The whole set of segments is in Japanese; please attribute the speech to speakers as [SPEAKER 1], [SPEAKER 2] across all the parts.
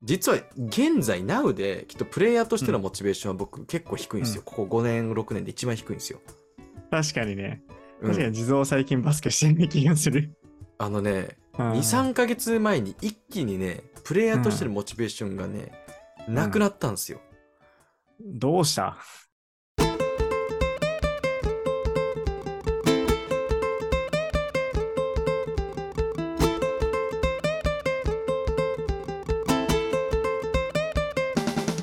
[SPEAKER 1] 実は現在 Now できっとプレイヤーとしてのモチベーションは僕結構低いんですよ、ここ5年6年で一番低いんですよ、
[SPEAKER 2] 確かにね。
[SPEAKER 1] うん
[SPEAKER 2] 確かに地蔵最近バスケしてない気がする。
[SPEAKER 1] あのね
[SPEAKER 2] うん
[SPEAKER 1] 23ヶ月前に一気にねプレイヤーとしてのモチベーションがね、
[SPEAKER 2] ん
[SPEAKER 1] なくなったんですよ、
[SPEAKER 2] どうした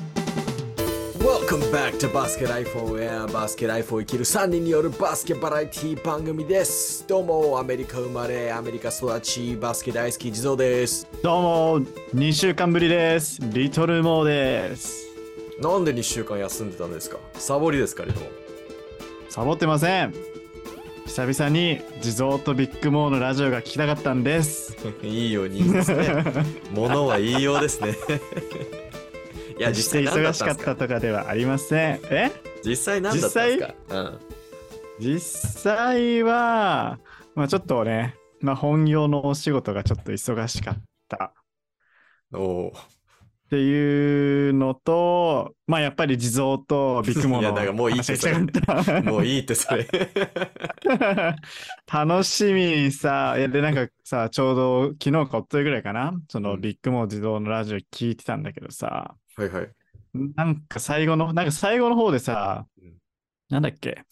[SPEAKER 1] バス Welcome back to Basket iPhone Air バスケ iPhone 生きる3人によるバスケバラエティ番組ですどうもアメリカ生まれアメリカ育ちバスケ大好き地蔵です
[SPEAKER 2] どうも、2週間ぶりです。リトルモーです。
[SPEAKER 1] なんで2週間休んでたんですかサボりですかリトも
[SPEAKER 2] サボってません。久々に地蔵とビッグモーのラジオが聞きたかったんです。
[SPEAKER 1] いいように言います ね。ものは言いようです ね。いや、
[SPEAKER 2] 決
[SPEAKER 1] 実際
[SPEAKER 2] し
[SPEAKER 1] 何
[SPEAKER 2] て
[SPEAKER 1] だ
[SPEAKER 2] 忙
[SPEAKER 1] っ
[SPEAKER 2] したか
[SPEAKER 1] ん
[SPEAKER 2] っ
[SPEAKER 1] ですか
[SPEAKER 2] たとかではありません。え
[SPEAKER 1] 実際何だったんですかうん。
[SPEAKER 2] 実際は、まあちょっとね、まあ本業のお仕事がちょっと忙しかった
[SPEAKER 1] お
[SPEAKER 2] っていうのと、まあやっぱり地蔵とビッグモー
[SPEAKER 1] いや
[SPEAKER 2] の
[SPEAKER 1] なんかもういいって
[SPEAKER 2] 話が聞きたかった
[SPEAKER 1] お、もういいってそれ。
[SPEAKER 2] 楽しみにさ、いやで、なんかさ、ちょうど昨日かおとといぐらいかな、その
[SPEAKER 1] うん
[SPEAKER 2] ビッグモー自動のラジオ聞いてたんだけどさ、
[SPEAKER 1] はいはい。
[SPEAKER 2] なんか最後の、なんか最後の方でさ
[SPEAKER 1] うん、
[SPEAKER 2] なんだっけ、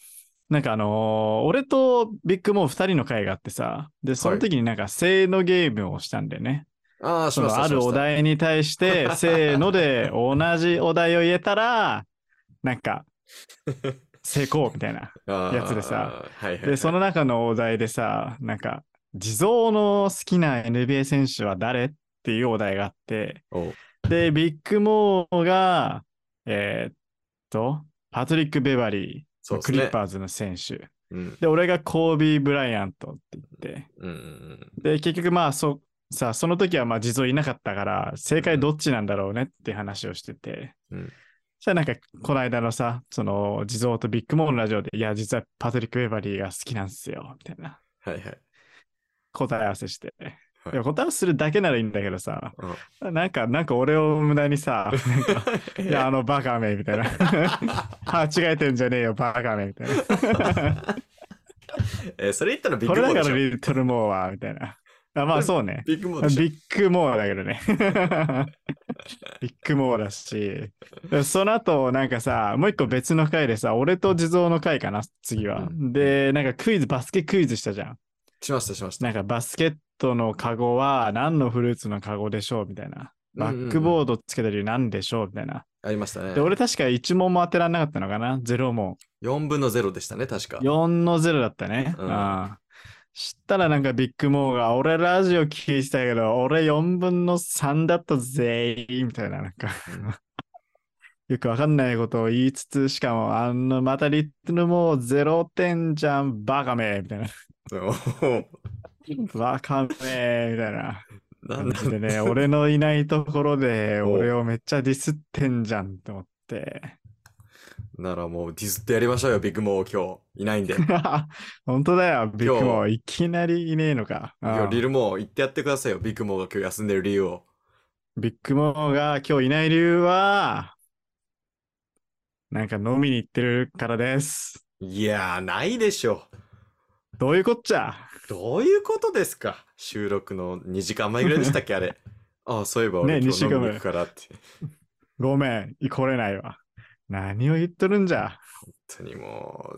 [SPEAKER 2] なんかあのー俺とビッグモー2人の会があってさ、で、その時になんか、せーのゲームをしたんだよね。
[SPEAKER 1] ああ、し
[SPEAKER 2] そ
[SPEAKER 1] まし
[SPEAKER 2] の
[SPEAKER 1] た。
[SPEAKER 2] ある
[SPEAKER 1] し
[SPEAKER 2] お
[SPEAKER 1] ました
[SPEAKER 2] 題に 対して、せーので同じお題を言えたら、なんか、成功みたいな。やつでさ。
[SPEAKER 1] あーはいはいはい。
[SPEAKER 2] で、その中のお題でさ、なんか、地蔵の好きな NBA 選手は誰っていうお題があって、
[SPEAKER 1] お
[SPEAKER 2] で、ビッグモーが、えーっと、パトリック・ベバリー、
[SPEAKER 1] そうです
[SPEAKER 2] ク
[SPEAKER 1] ね
[SPEAKER 2] リッパーズの選手。
[SPEAKER 1] うん
[SPEAKER 2] で、俺がコービー・ブライアントって言って、
[SPEAKER 1] うんうん
[SPEAKER 2] で、結局まあ、そ、さ、その時はまあ地蔵いなかったから、正解どっちなんだろうねって話をしてて、
[SPEAKER 1] うん
[SPEAKER 2] そしたらなんか、この間のさ、その、地蔵とビッグモーのラジオで、いや、実はパトリック・ベバリーが好きなんですよ、みたいな。
[SPEAKER 1] はいはい。
[SPEAKER 2] 答え合わせして。
[SPEAKER 1] はい
[SPEAKER 2] いや答え合わせするだけならいいんだけどさ、
[SPEAKER 1] うん
[SPEAKER 2] なんか、なんか俺を無駄に さ、なんか、いや、あのバカめみたいな。間違えてんじゃねえよ、バカめみたいな。
[SPEAKER 1] えーそれ言ったらビッ
[SPEAKER 2] こ
[SPEAKER 1] グ
[SPEAKER 2] れ
[SPEAKER 1] モ
[SPEAKER 2] だ
[SPEAKER 1] ーで
[SPEAKER 2] から
[SPEAKER 1] しょ。
[SPEAKER 2] リトルモアは、みたいな。あまあそうね。
[SPEAKER 1] ビッグモーでしょ。
[SPEAKER 2] ビッグモアだけどね。ビッグモアだし。その後、なんかさ、もう一個別の回でさ、俺と地蔵の回かな、次は
[SPEAKER 1] う。ん
[SPEAKER 2] で、なんかクイズ、バスケクイズしたじゃん。
[SPEAKER 1] しましたしました。
[SPEAKER 2] なんかバスケットのカゴは何のフルーツのカゴでしょうみたいな。バック
[SPEAKER 1] ー
[SPEAKER 2] ボードつけた理由何でしょうみたいな。
[SPEAKER 1] ド。ありましたね
[SPEAKER 2] で、。俺確か1問も当てられなかったのかな ?0 問。
[SPEAKER 1] 4分の0でしたね、確か。
[SPEAKER 2] 4の0だったね。
[SPEAKER 1] う
[SPEAKER 2] うんん。したらなんかビッグモーが、俺ラジオ聞いてたけど、俺4分の3だったぜーみたいな、なんか。 よくわかんないことを言いつつ、しかも、あの、またリットルも0点じゃん、バカめみたいな。
[SPEAKER 1] お
[SPEAKER 2] バカめみたいな。
[SPEAKER 1] なんだ
[SPEAKER 2] 感じでね、俺のいないところ で
[SPEAKER 1] お
[SPEAKER 2] 俺をめっちゃディスってんじゃんって思って。
[SPEAKER 1] ならもうディスってやりましょうよ、ビッグモー今日。いないんで。
[SPEAKER 2] 本当だよ、ビッグ
[SPEAKER 1] 今
[SPEAKER 2] モー。いきなりいねえのか。
[SPEAKER 1] いや
[SPEAKER 2] う、ん
[SPEAKER 1] リルモー言ってやってくださいよ、ビッグモーが今日休んでる理由を。
[SPEAKER 2] ビッグモーが今日いない理由は、なんか飲みに行ってるからです。
[SPEAKER 1] いやー、ないでしょ。
[SPEAKER 2] どういうこっちゃ
[SPEAKER 1] どういうことですか収録の2時間前ぐらいでしたっけ、あれ。ああ、そういえば俺
[SPEAKER 2] ね
[SPEAKER 1] 今
[SPEAKER 2] 2
[SPEAKER 1] 日
[SPEAKER 2] 時
[SPEAKER 1] 飲み
[SPEAKER 2] 間前
[SPEAKER 1] に行くからって。
[SPEAKER 2] ごめん、来れないわ。何を言っとるんじゃ。
[SPEAKER 1] 本当にも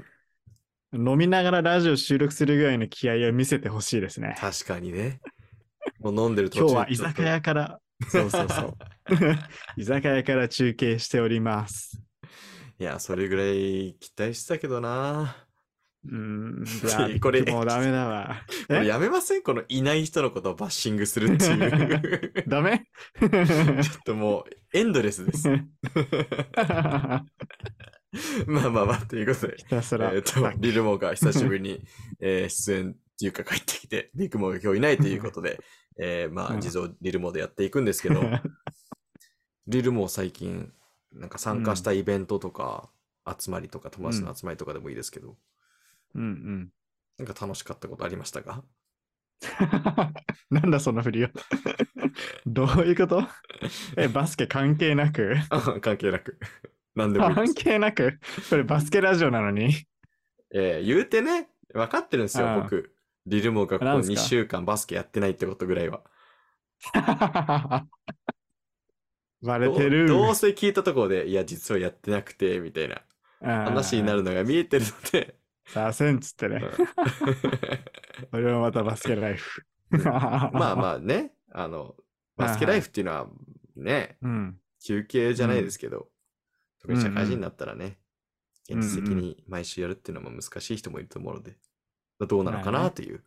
[SPEAKER 1] う、
[SPEAKER 2] 飲みながらラジオ収録するぐらいの気合を見せてほしいですね。
[SPEAKER 1] 確かにね。もう飲んでる途
[SPEAKER 2] 今
[SPEAKER 1] 中
[SPEAKER 2] 日は居
[SPEAKER 1] ちょっと
[SPEAKER 2] 酒屋から、そうそうそう。居酒屋から中継しております。
[SPEAKER 1] いや、それぐらい期待してたけどな。
[SPEAKER 2] うーん、じ ゃあ、
[SPEAKER 1] こ
[SPEAKER 2] こ
[SPEAKER 1] れ
[SPEAKER 2] れもうダメだわ。
[SPEAKER 1] これやめませんこのいない人のことをバッシングするって いう。
[SPEAKER 2] ダ メ
[SPEAKER 1] ちょっともう、エンドレス です。まあまあまあ、ということで。
[SPEAKER 2] ひたすら。
[SPEAKER 1] えっと、リルモが久しぶり に、えー出演っていうか帰ってきて、リクモが今日いないということで、 えーま
[SPEAKER 2] う
[SPEAKER 1] あ、
[SPEAKER 2] ん
[SPEAKER 1] 地蔵リルモでやっていくんです けど、リルモ最近、なんか参加したイベントとか、集まりとか、友達の集まりとかでもいいですけど、
[SPEAKER 2] うんうん。
[SPEAKER 1] なんか楽しかったことありましたか
[SPEAKER 2] なんだその振りは。どういうことえ、バスケ関係なく
[SPEAKER 1] あ関 係なく。何でもいいで
[SPEAKER 2] 関
[SPEAKER 1] す。
[SPEAKER 2] 係なくこれバスケラジオなのに。
[SPEAKER 1] えー言うてね、分かってるんです
[SPEAKER 2] あ
[SPEAKER 1] よ、
[SPEAKER 2] あ
[SPEAKER 1] 僕。リルモがここ
[SPEAKER 2] なんす
[SPEAKER 1] 2
[SPEAKER 2] か
[SPEAKER 1] 週間バスケやってないってことぐらいは。
[SPEAKER 2] バレ
[SPEAKER 1] ど
[SPEAKER 2] てる。
[SPEAKER 1] うどうせ聞いたところで、いや、実はやってなくて、みたいな話にな
[SPEAKER 2] る。
[SPEAKER 1] るのが見えてるので。
[SPEAKER 2] 出せんっつってね。俺はまたバスケライ
[SPEAKER 1] う
[SPEAKER 2] フ。
[SPEAKER 1] ん まあ
[SPEAKER 2] あ。
[SPEAKER 1] まあね、あの、バスケライフっていうのはね、
[SPEAKER 2] うん。
[SPEAKER 1] 休憩じゃないですけど、特に社会
[SPEAKER 2] うんう
[SPEAKER 1] 人
[SPEAKER 2] ん
[SPEAKER 1] になったらね、
[SPEAKER 2] うん
[SPEAKER 1] 現実的に毎週やるっていうのも難しい人もいると思うので、どうなのか
[SPEAKER 2] まあ
[SPEAKER 1] な
[SPEAKER 2] ね
[SPEAKER 1] という。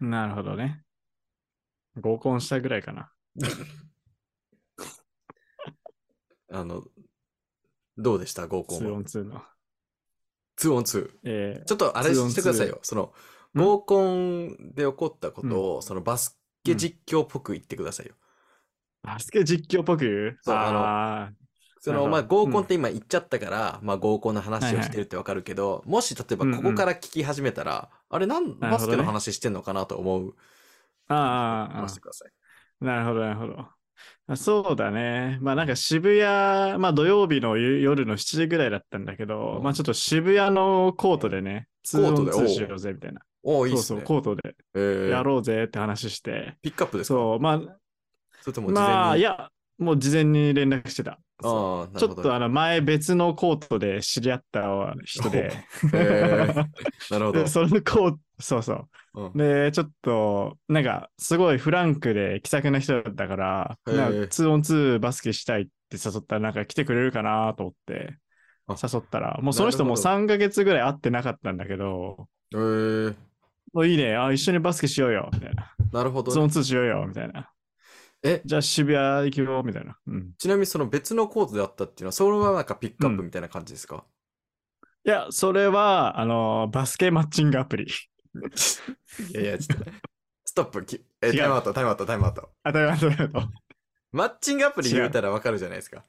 [SPEAKER 2] なるほどね。合コンしたぐらいかな。
[SPEAKER 1] あの、どうでした合コンは。
[SPEAKER 2] 2on2 の。
[SPEAKER 1] 2 on 2。
[SPEAKER 2] えー
[SPEAKER 1] ちょっとあれ
[SPEAKER 2] 2 on
[SPEAKER 1] してくださいよ。その、合コンで起こったことを、そのバスケ実況っぽく言ってくださいよ。
[SPEAKER 2] バスケ実況っぽく言う
[SPEAKER 1] そうあの
[SPEAKER 2] ああ
[SPEAKER 1] そ
[SPEAKER 2] なる
[SPEAKER 1] の、
[SPEAKER 2] ほど
[SPEAKER 1] まあ、合コンって今言っちゃったから、まあ、合コンの話をしてるってわかるけど、もし、例えば
[SPEAKER 2] うんう
[SPEAKER 1] こ
[SPEAKER 2] ん
[SPEAKER 1] こから聞き始めたら、あれ、なん、
[SPEAKER 2] なるほどね
[SPEAKER 1] バスケの話してんのかなと思う。
[SPEAKER 2] ああああ
[SPEAKER 1] 話してください。
[SPEAKER 2] なるほど、なるほど。あそうだね。まあなんか渋谷、まあ土曜日の夜夜の7時ぐらいだったんだけど、
[SPEAKER 1] うん
[SPEAKER 2] まあちょっと渋谷のコートでね、
[SPEAKER 1] コ
[SPEAKER 2] コ
[SPEAKER 1] ートでおう
[SPEAKER 2] しようぜみたいな。
[SPEAKER 1] おお、いいっ
[SPEAKER 2] そう
[SPEAKER 1] す
[SPEAKER 2] そう、
[SPEAKER 1] ね。
[SPEAKER 2] コートで
[SPEAKER 1] えー
[SPEAKER 2] やろうぜって話して。
[SPEAKER 1] ピックアップですか
[SPEAKER 2] そう、まあ、
[SPEAKER 1] それとも事前に。
[SPEAKER 2] まあ、いや、もう事前に連絡してた。
[SPEAKER 1] あ
[SPEAKER 2] そう
[SPEAKER 1] ーな
[SPEAKER 2] ち
[SPEAKER 1] る
[SPEAKER 2] ょっ
[SPEAKER 1] ほど
[SPEAKER 2] とあの前別のコートで知り合った人で、
[SPEAKER 1] えーなるほど
[SPEAKER 2] で。 そのコート、そうそう。
[SPEAKER 1] うん
[SPEAKER 2] で、ちょっと、なんか、すごいフランクで気さくな人だったから、
[SPEAKER 1] へえ
[SPEAKER 2] なんか 2on2 バスケしたいって誘ったら、なんか来てくれるかなと思って
[SPEAKER 1] あ、
[SPEAKER 2] 誘ったら、もうその人もう
[SPEAKER 1] な
[SPEAKER 2] 3ヶ月ぐらい会ってなかったんだけど、
[SPEAKER 1] えー
[SPEAKER 2] もういいね、あ一緒にバスケしようよ、みたいな。
[SPEAKER 1] なるほどね。
[SPEAKER 2] 2on2 しようよ、みたいな。
[SPEAKER 1] え、
[SPEAKER 2] じゃあ渋谷行くよ、みたいな。うん。
[SPEAKER 1] ちなみにその別のコートであったっていうのは、それはなんかピックアップみたいな感じですか、
[SPEAKER 2] いや、それは、あの、バスケマッチング アプリ。
[SPEAKER 1] いやいや、ちょっ と。ストップ。きえ
[SPEAKER 2] 違う
[SPEAKER 1] タイムアウト、タイムアウト、タイムアウト。
[SPEAKER 2] あ、だめだめだと。
[SPEAKER 1] マッチングアプリ言うたらわかるじゃないですか。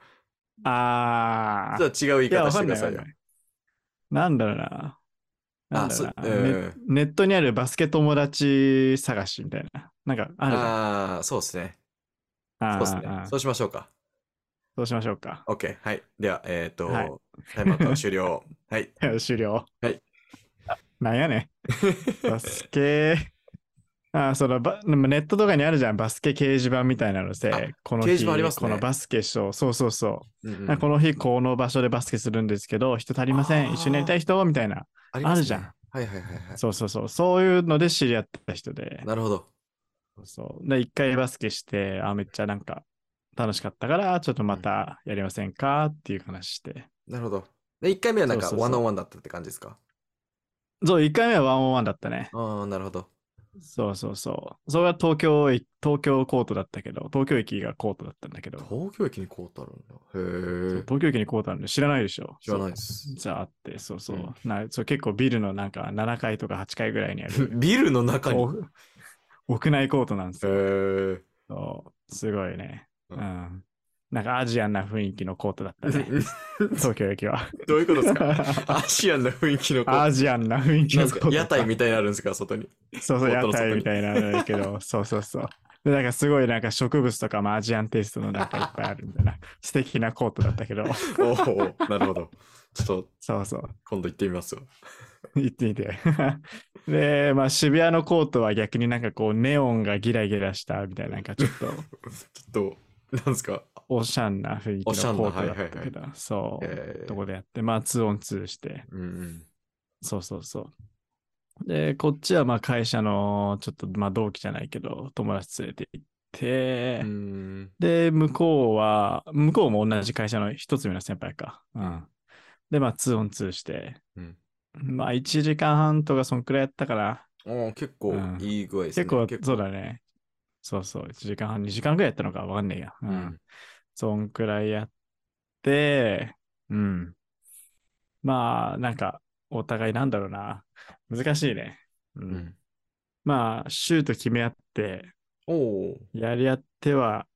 [SPEAKER 2] あ
[SPEAKER 1] ち
[SPEAKER 2] ー
[SPEAKER 1] ょ。っと違う
[SPEAKER 2] い
[SPEAKER 1] 言い
[SPEAKER 2] や、
[SPEAKER 1] 方
[SPEAKER 2] わ
[SPEAKER 1] し
[SPEAKER 2] か
[SPEAKER 1] て
[SPEAKER 2] ん
[SPEAKER 1] くだ
[SPEAKER 2] ない
[SPEAKER 1] さ
[SPEAKER 2] わ
[SPEAKER 1] い
[SPEAKER 2] か
[SPEAKER 1] よ
[SPEAKER 2] んな。い。なんだろうな。なんだろ
[SPEAKER 1] あ
[SPEAKER 2] う
[SPEAKER 1] そ
[SPEAKER 2] な、ね
[SPEAKER 1] うん
[SPEAKER 2] ネットにあるバスケ友達探しみたいな。なんかあるじゃん。
[SPEAKER 1] ああ、そうですね。
[SPEAKER 2] あ
[SPEAKER 1] そう
[SPEAKER 2] ー
[SPEAKER 1] ですね
[SPEAKER 2] あー。
[SPEAKER 1] そうしましょうか。
[SPEAKER 2] そうしましょうか。
[SPEAKER 1] OK。はい。では、えっ、と、
[SPEAKER 2] はい
[SPEAKER 1] タイムアウト終了。 はい。
[SPEAKER 2] 終了。
[SPEAKER 1] はい。
[SPEAKER 2] なんやねん。バス ケ。あーそのバネットとかにあるじゃん。バスケ掲示板みたいなの
[SPEAKER 1] あ
[SPEAKER 2] で、この
[SPEAKER 1] 掲示板ありますね
[SPEAKER 2] このバスケショー。そうそうそう。
[SPEAKER 1] うんうん
[SPEAKER 2] なんかこの日、この場所でバスケするんですけど、人足りませ
[SPEAKER 1] あ
[SPEAKER 2] ん。
[SPEAKER 1] ー
[SPEAKER 2] 一緒にやりたい人みたいな。
[SPEAKER 1] ありますね
[SPEAKER 2] あるじゃん。
[SPEAKER 1] はいはいはいは
[SPEAKER 2] そうそうそう。そういうので知り合った人で
[SPEAKER 1] い。。なるほど。
[SPEAKER 2] そうそう。で、一回バスケして、あ、めっちゃなんか楽しかったから、ちょっとまたやりませんかっていう話して。
[SPEAKER 1] なるほど。で、1回目はなんか
[SPEAKER 2] そうそうそう
[SPEAKER 1] ワンオンワンだったって感じですか
[SPEAKER 2] そう、一回目はワンオンワンだったね。
[SPEAKER 1] ああ、なるほど。そう
[SPEAKER 2] そうそうそう。それは東京駅、東京コートだったけど、東京駅がコートだったんだけど、そう
[SPEAKER 1] 東京駅にコートあるんだ。へえ。
[SPEAKER 2] 東京駅にコートあるんで知らないでしょ。
[SPEAKER 1] 知らない
[SPEAKER 2] い。
[SPEAKER 1] です。
[SPEAKER 2] じゃああって、そうそう。
[SPEAKER 1] うん
[SPEAKER 2] なそう結構ビルのなんか7階とか8階ぐらいにある、
[SPEAKER 1] ビルの中に。
[SPEAKER 2] お屋内コートなんです
[SPEAKER 1] へ
[SPEAKER 2] よ。
[SPEAKER 1] え。
[SPEAKER 2] そうすごいね。
[SPEAKER 1] う
[SPEAKER 2] うんん。なんかアジアンな雰囲気のコートだったね。東京駅は。
[SPEAKER 1] どういうことです かアジアンな雰囲気のコー
[SPEAKER 2] アジアンな雰囲
[SPEAKER 1] ト。
[SPEAKER 2] 気
[SPEAKER 1] なんで
[SPEAKER 2] の
[SPEAKER 1] す
[SPEAKER 2] コー
[SPEAKER 1] か
[SPEAKER 2] ト
[SPEAKER 1] 屋台みたいにあるんですか外に。
[SPEAKER 2] そうそ
[SPEAKER 1] コー
[SPEAKER 2] う、
[SPEAKER 1] ト
[SPEAKER 2] 屋
[SPEAKER 1] の外に
[SPEAKER 2] 台みたいなのだけど、そうそうそう。で、なんかすごいなんか植物とかもアジアンテイストのなんかいっぱいあるみたいな、素敵なコートだったけど、
[SPEAKER 1] おお、なるほど。ちょっと
[SPEAKER 2] そうそう、
[SPEAKER 1] 今度行ってみますわ。
[SPEAKER 2] 行ってみて。 で、まあ渋谷のコートは逆になんかこうネオンがギラギラしたみたいな、なんかちょっと
[SPEAKER 1] ちょっと、なんですか
[SPEAKER 2] オシャンな雰囲気
[SPEAKER 1] おしゃ
[SPEAKER 2] の
[SPEAKER 1] ん
[SPEAKER 2] コ
[SPEAKER 1] な
[SPEAKER 2] ートだった
[SPEAKER 1] はい
[SPEAKER 2] けど、そう、
[SPEAKER 1] え
[SPEAKER 2] とこでやって、まあ 2on2 して、
[SPEAKER 1] うんうん。
[SPEAKER 2] そうそうそう。で、こっちはまあ会社のちょっとまあ同期じゃないけど、友達連れて行って、
[SPEAKER 1] うん
[SPEAKER 2] で、向こうは、向こうも同じ会社の一つ目の先輩か。うん。で、まあ、2 on 2して、
[SPEAKER 1] うん
[SPEAKER 2] まあ、1時間半とか、そんくらいやったから、
[SPEAKER 1] おー結構
[SPEAKER 2] うん
[SPEAKER 1] いい具合ですね。
[SPEAKER 2] 結構、そうだね。そうそう、1時間半、2時間くらいやったのか、わかんねえや。うん。
[SPEAKER 1] うん
[SPEAKER 2] そんくらいやって、うん。まあ、なんか、お互いなんだろうな。難しいね。う。
[SPEAKER 1] うんん。
[SPEAKER 2] まあ、シュート決め合って、
[SPEAKER 1] おお
[SPEAKER 2] やり合っては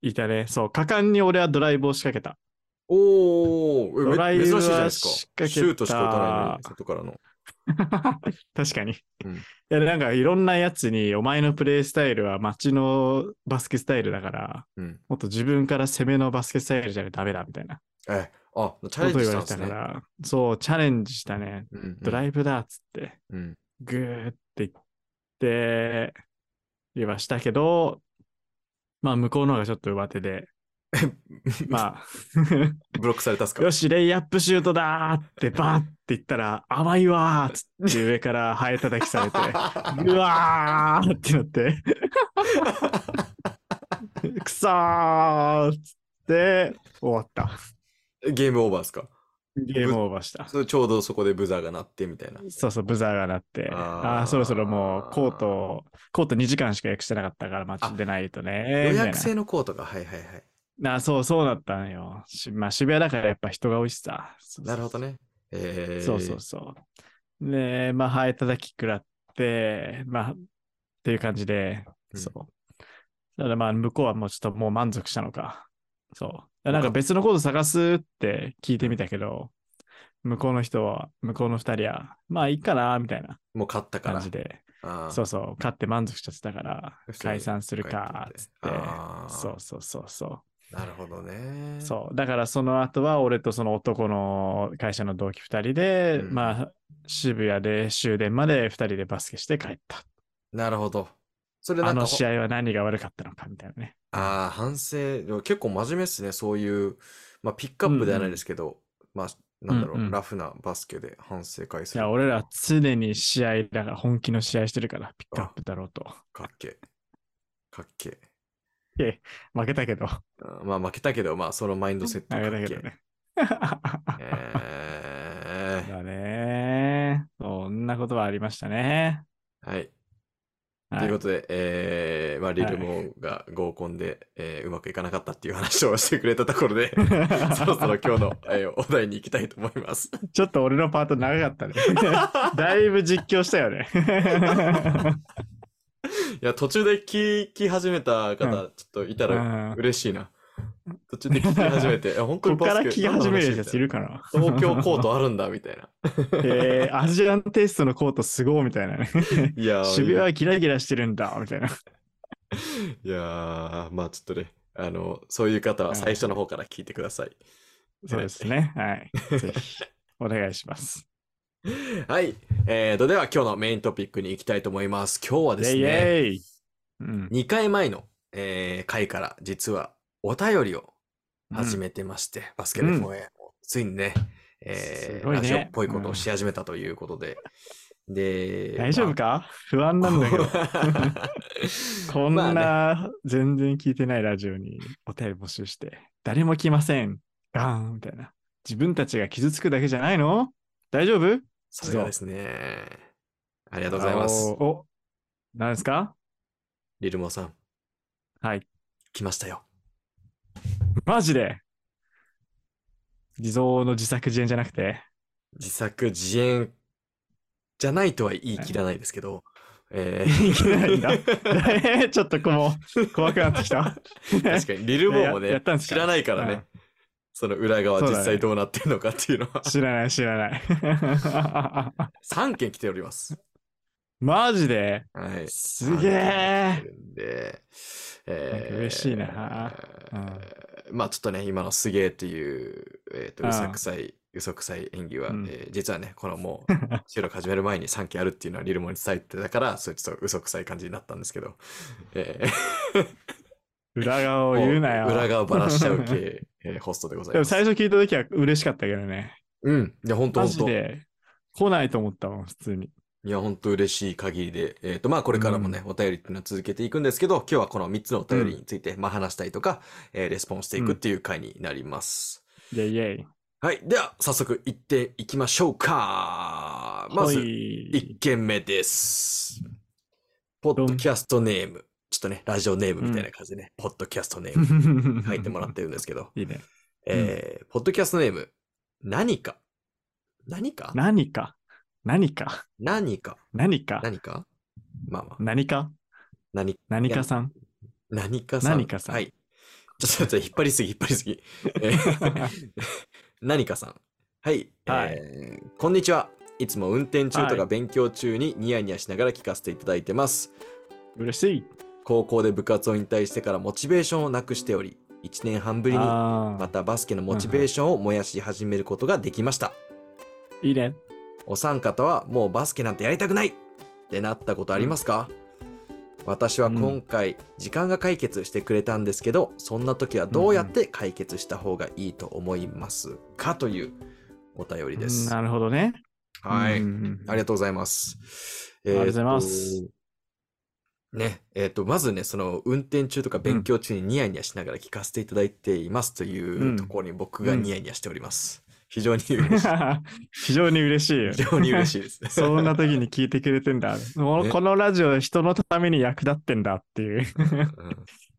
[SPEAKER 2] いたね。そう、果敢に俺はドライブを仕掛けた。
[SPEAKER 1] おお
[SPEAKER 2] ドライブ
[SPEAKER 1] 珍しいじゃない
[SPEAKER 2] は
[SPEAKER 1] ですか。シュートしか打たないの
[SPEAKER 2] 仕掛
[SPEAKER 1] に、
[SPEAKER 2] けた
[SPEAKER 1] 外からの。
[SPEAKER 2] 確かに。
[SPEAKER 1] うん
[SPEAKER 2] いやなんかいろんなやつに、お前のプレースタイルは街のバスケスタイルだから、
[SPEAKER 1] うん。
[SPEAKER 2] もっと自分から攻めのバスケスタイルじゃダメだみたいな
[SPEAKER 1] え、あ、チャ
[SPEAKER 2] こ
[SPEAKER 1] レン
[SPEAKER 2] と
[SPEAKER 1] ジ
[SPEAKER 2] 言
[SPEAKER 1] し
[SPEAKER 2] わ
[SPEAKER 1] たん
[SPEAKER 2] れ
[SPEAKER 1] ですね
[SPEAKER 2] たか。ら、そう、チャレンジしたね。
[SPEAKER 1] うんうん
[SPEAKER 2] ドライブだっつって、
[SPEAKER 1] うん。
[SPEAKER 2] グーって言って、言いましたけど、まあ向こうの方がちょっと上手で、ま
[SPEAKER 1] ブロックされたっす
[SPEAKER 2] あ、
[SPEAKER 1] か
[SPEAKER 2] よし、レイアップシュートだーってバンって言ったら、甘いわーっつって上からハエ叩きされて、 うわーってなって、くそーっつって終わった。
[SPEAKER 1] ゲームオーバーっすか
[SPEAKER 2] ゲームオーバーした。
[SPEAKER 1] それちょうどそこでブザーが鳴ってみたいな。
[SPEAKER 2] そうそう、ブザーが鳴って、
[SPEAKER 1] あー
[SPEAKER 2] ああー、そろそろもうコートを、コート2時間しか予約してなかったから、待ちでないとね。
[SPEAKER 1] 予
[SPEAKER 2] みたい
[SPEAKER 1] 約制のコートが、はいはいはい。
[SPEAKER 2] なあそう、そうだったのよ。しまあ、渋谷だからやっぱ人が多いしさ。そうそ
[SPEAKER 1] な
[SPEAKER 2] う
[SPEAKER 1] るほどね。えー、
[SPEAKER 2] そうそうそう。で、まあ、ハエ叩き食らって、まあ、っていう感じで、
[SPEAKER 1] うん
[SPEAKER 2] そう。ただまあ、向こうはもうちょっともう満足したのか。そう。なんか別のこと探すって聞いてみたけど、向こうの人は、向こうの二人は、まあいいかな、みたいな
[SPEAKER 1] もう勝ったから。
[SPEAKER 2] 感じで、
[SPEAKER 1] あー
[SPEAKER 2] そうそう、勝って満足しちゃってたから
[SPEAKER 1] そう、
[SPEAKER 2] 解散するか、つって
[SPEAKER 1] あ。ー
[SPEAKER 2] そうそうそうそう。
[SPEAKER 1] なるほどね。
[SPEAKER 2] そう。だからその後は俺とその男の会社の同期2人で、
[SPEAKER 1] うん
[SPEAKER 2] まあ渋谷で終電まで2人でバスケして帰った。
[SPEAKER 1] なるほど。それな
[SPEAKER 2] あ
[SPEAKER 1] んか
[SPEAKER 2] の
[SPEAKER 1] ほ
[SPEAKER 2] 試合は何が悪かったのかみたいなね。
[SPEAKER 1] ああ、反省。でも結構真面目っすね。そういう、まあ、ピックアップではないですけど、まあ、なんだろう、
[SPEAKER 2] うんうん
[SPEAKER 1] ラフなバスケで反省会す
[SPEAKER 2] い
[SPEAKER 1] る
[SPEAKER 2] や、俺ら常に試合だから本気の試合してるからピックアップだろうと。
[SPEAKER 1] かっけえ。かっけえ。
[SPEAKER 2] 負けたけど、
[SPEAKER 1] あーまあ、負けたけど、まあ、そのマインドセット
[SPEAKER 2] 負け
[SPEAKER 1] か
[SPEAKER 2] た
[SPEAKER 1] っ
[SPEAKER 2] け
[SPEAKER 1] け
[SPEAKER 2] どね。
[SPEAKER 1] え。え
[SPEAKER 2] だね。そんなことはありましたね。
[SPEAKER 1] ーはい。
[SPEAKER 2] は
[SPEAKER 1] という
[SPEAKER 2] い
[SPEAKER 1] こ、とで、えーまあ、リルモが合コンで、えーうまくいかなかったっていう話をしてくれたところ で、 そろそろ今日の、えーお題に行きたいと思います。
[SPEAKER 2] ちょっと俺のパート長かっ たね。だいぶ実況したよね。
[SPEAKER 1] いや、途中で聞き始めた方、
[SPEAKER 2] う
[SPEAKER 1] ちょっといた
[SPEAKER 2] う
[SPEAKER 1] ら
[SPEAKER 2] ん
[SPEAKER 1] 嬉しいな。途中で聞き始 めて、いや本当
[SPEAKER 2] こ
[SPEAKER 1] に
[SPEAKER 2] っから
[SPEAKER 1] バスケ
[SPEAKER 2] 聞き始め
[SPEAKER 1] 何の
[SPEAKER 2] るや
[SPEAKER 1] 話
[SPEAKER 2] ついるかな
[SPEAKER 1] みたいな東京コートあるんだ、みたい な。
[SPEAKER 2] えー、アジアンテイストのコートすごいみたいなね。
[SPEAKER 1] いやー、
[SPEAKER 2] 渋谷はギラギラしてるんだみたいな。
[SPEAKER 1] いやーまあちょっとね、あの、そういう方は最初の方から聞いてください。
[SPEAKER 2] そうですね。はい。ぜひ、お願いします。
[SPEAKER 1] はい。えーと、では今日のメイントピックに行きたいと思います。今日はです
[SPEAKER 2] イ
[SPEAKER 1] ね、
[SPEAKER 2] ェイイェイうん。
[SPEAKER 1] 2回前の、えー回から実はお便りを始めてまして、バスケでも、えついにね、えー
[SPEAKER 2] すごいね
[SPEAKER 1] ラジオっぽいことをし始めたということで。で、
[SPEAKER 2] 大丈夫
[SPEAKER 1] か
[SPEAKER 2] か不安な んだけど。こん
[SPEAKER 1] まあね
[SPEAKER 2] な全然聞いてないラジオにお便り募集して、誰も来ません。ガーンみたいな。自分たちが傷つくだけじゃないの大丈夫あり
[SPEAKER 1] それはですね、ありがとうございます。
[SPEAKER 2] お、何ですか
[SPEAKER 1] リルモさん、
[SPEAKER 2] はい。
[SPEAKER 1] 来ましたよ。
[SPEAKER 2] マジで地蔵の自作自演じゃなくて
[SPEAKER 1] 自作自演じゃないとは言い切らないですけど、えー
[SPEAKER 2] 言い切らないんだえーちょっとこも怖くなってきた。
[SPEAKER 1] 確かに、リルボーも
[SPEAKER 2] いやや
[SPEAKER 1] ね
[SPEAKER 2] ったん、ですか
[SPEAKER 1] 知らないから
[SPEAKER 2] う
[SPEAKER 1] ね
[SPEAKER 2] ん。
[SPEAKER 1] その裏側
[SPEAKER 2] そうだ
[SPEAKER 1] 実
[SPEAKER 2] ね
[SPEAKER 1] 際どうなってるのかっていうの は
[SPEAKER 2] 知らない知らない。
[SPEAKER 1] 3件来ております。
[SPEAKER 2] マジで
[SPEAKER 1] はい。
[SPEAKER 2] すげえ
[SPEAKER 1] で、え
[SPEAKER 2] なんか嬉しいな
[SPEAKER 1] まあちょっとね、今のすげえっていう、えっ、と、
[SPEAKER 2] うん
[SPEAKER 1] うさくさい、うそくさい演技は、
[SPEAKER 2] うん
[SPEAKER 1] えー実はね、このもう、収録始める前に3件あるっていうのはリルモに伝えてたから、それちょっとうそくさい感じになったんですけど、え
[SPEAKER 2] 裏側を
[SPEAKER 1] ー
[SPEAKER 2] 言うなよ。
[SPEAKER 1] 裏側ばらしちゃう。 系、えーホストでござい
[SPEAKER 2] で
[SPEAKER 1] ま
[SPEAKER 2] も
[SPEAKER 1] す。
[SPEAKER 2] 最初聞いた時は嬉しかったけどね。
[SPEAKER 1] うん。いや、ほんと
[SPEAKER 2] マ
[SPEAKER 1] ほん
[SPEAKER 2] ジ
[SPEAKER 1] と。
[SPEAKER 2] で来ないと思ったもん、普通に。
[SPEAKER 1] いや、本当嬉しい限りで、えっと、まあ、これからもね、お便りっていうのは続けていくんですけど、今日はこの3つのお便りについて、まあ、話したりとか、えーレスポンスしていくっていう回になります。
[SPEAKER 2] イェイイェイ。
[SPEAKER 1] はい。では、早速行っていきましょうか。まず、
[SPEAKER 2] い
[SPEAKER 1] 1件目です。ポッドキャストネーム。ちょっとね、ラジオネームみたいな感じでね、ポッドキャストネ ーム書いてもらってるんですけど、
[SPEAKER 2] いいね。
[SPEAKER 1] えー、ポッドキャストネーム、何か。何か
[SPEAKER 2] 何か何か
[SPEAKER 1] 何か
[SPEAKER 2] 何か
[SPEAKER 1] 何かまあまあ、
[SPEAKER 2] 何か
[SPEAKER 1] 何か
[SPEAKER 2] 何かさん。
[SPEAKER 1] 何かさん。
[SPEAKER 2] 何かさん
[SPEAKER 1] はい。ちょっと、ちょっと、引っ張りすぎ、引っ張りすぎ。えー 何かさん。はい。
[SPEAKER 2] はい
[SPEAKER 1] えーこんにちは。いつも運転中と
[SPEAKER 2] は
[SPEAKER 1] か勉強中にニヤニヤしながら聞かせていただいてます。
[SPEAKER 2] 嬉しい。
[SPEAKER 1] 高校で部活を引退してからモチベーションをなくしており、1年半ぶりにま
[SPEAKER 2] ああ、
[SPEAKER 1] たバスケのモチベーションを燃やし始めることができました。
[SPEAKER 2] いいね。
[SPEAKER 1] お三方はもうバスケなんてやりたくないってなったことありますか、私は今回時間が解決してくれたんですけど、そんな時はどうやって解決した方がいいと思いますかというお便りです。
[SPEAKER 2] なるほどね。
[SPEAKER 1] はい、
[SPEAKER 2] うん
[SPEAKER 1] ありがとうございます。あ
[SPEAKER 2] りがとうございます。
[SPEAKER 1] ね、えっ、と、まずね、その、運転中とか勉強中にニヤニヤしながら聞かせていただいていますというところに僕がニヤニヤしております。非常に 嬉しい。
[SPEAKER 2] 非常に嬉しいよ。
[SPEAKER 1] 非常に嬉しいです。
[SPEAKER 2] そんな時に聞いてくれてんだ。も う
[SPEAKER 1] ね
[SPEAKER 2] このラジオ人のために役立ってんだっ ていう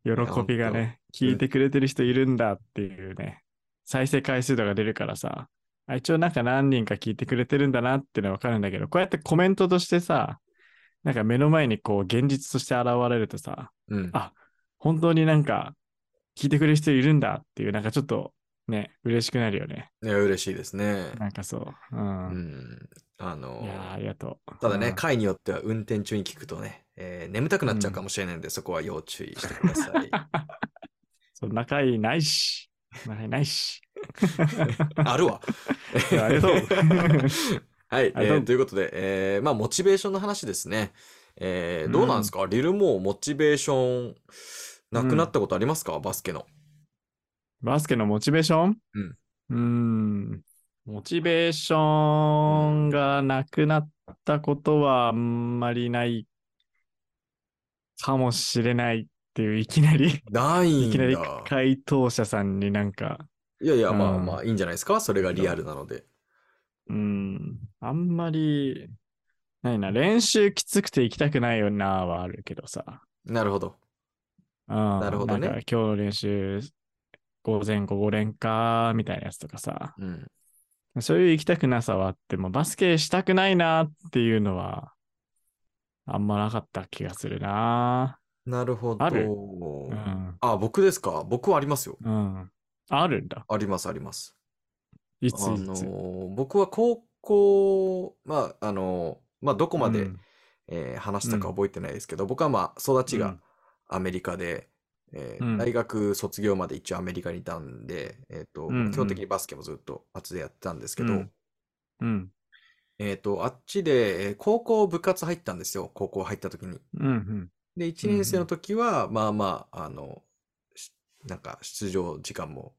[SPEAKER 1] うん
[SPEAKER 2] 喜びがね、
[SPEAKER 1] 当
[SPEAKER 2] 聞いてくれてる人いるんだっていうね、再生回数とか出るからさ、あ一応なんか何人か聞いてくれてるんだなっていうのはわかるんだけど、こうやってコメントとしてさ、なんか目の前にこう現実として現れるとさ、
[SPEAKER 1] うん
[SPEAKER 2] あ本当になんか聞いてくれる人いるんだっていう、なんかちょっとね、嬉しくなるよね。
[SPEAKER 1] いや、嬉しいですね。
[SPEAKER 2] なんかそう。う。
[SPEAKER 1] うんん。あの
[SPEAKER 2] いやーありがとう。
[SPEAKER 1] ただね、
[SPEAKER 2] うん
[SPEAKER 1] 回によっては運転中に聞くとね、えー眠たくなっちゃうかもしれないので、そこは要注意してくださ い。
[SPEAKER 2] そんな回ないし、そんな回ないし。
[SPEAKER 1] あるわ。
[SPEAKER 2] いや ありがとう
[SPEAKER 1] はい、
[SPEAKER 2] ありが
[SPEAKER 1] え
[SPEAKER 2] と
[SPEAKER 1] ー
[SPEAKER 2] う
[SPEAKER 1] ということで、えーまあ、モチベーションの話ですね。えーどうなんですか、リルもモチベーション、なくなったことありますか、バスケの。
[SPEAKER 2] バスケのモチベーションうーん。モチベーションがなくなったことはあんまりないかもしれないっていう、いきなり、
[SPEAKER 1] ない
[SPEAKER 2] い
[SPEAKER 1] ん
[SPEAKER 2] きなり
[SPEAKER 1] だ。
[SPEAKER 2] 回答者さんになんか、
[SPEAKER 1] いやいや、まあ
[SPEAKER 2] うん
[SPEAKER 1] まあ、いいんじゃないですかそれがリアルなので。
[SPEAKER 2] うーん、あんまり、ないな、練習きつくて行きたくないよなはあるけどさ。
[SPEAKER 1] なるほど。
[SPEAKER 2] な
[SPEAKER 1] るほどね
[SPEAKER 2] なんか今日の練習、午前午後連か、みたいなやつとかさ、
[SPEAKER 1] うん。
[SPEAKER 2] そういう行きたくなさはあっても、バスケしたくないなっていうのは、あんまなかった気がするな。
[SPEAKER 1] なるほど。
[SPEAKER 2] あるうん。
[SPEAKER 1] あ、僕ですか僕はありますよ。
[SPEAKER 2] うん。あるんだ。
[SPEAKER 1] あります、あります。
[SPEAKER 2] いついつ。
[SPEAKER 1] あのー僕は高校、まあ、あのーまあ、どこまで、
[SPEAKER 2] うん
[SPEAKER 1] えー話したか覚えてないですけど、僕はまあ、育ち
[SPEAKER 2] う
[SPEAKER 1] が
[SPEAKER 2] ん
[SPEAKER 1] アメリカで、えー
[SPEAKER 2] うん
[SPEAKER 1] 大学卒業まで一応アメリカにいたんで、えっ、と、
[SPEAKER 2] うんうん
[SPEAKER 1] 基本的にバスケもずっとあっちでやってたんですけど、
[SPEAKER 2] うんうん。
[SPEAKER 1] えっ、と、あっちで、えー高校部活入ったんですよ、高校入った時に。
[SPEAKER 2] うん。うん。
[SPEAKER 1] で、1年生の時は、まあまあ、あの、しなんか出場時間も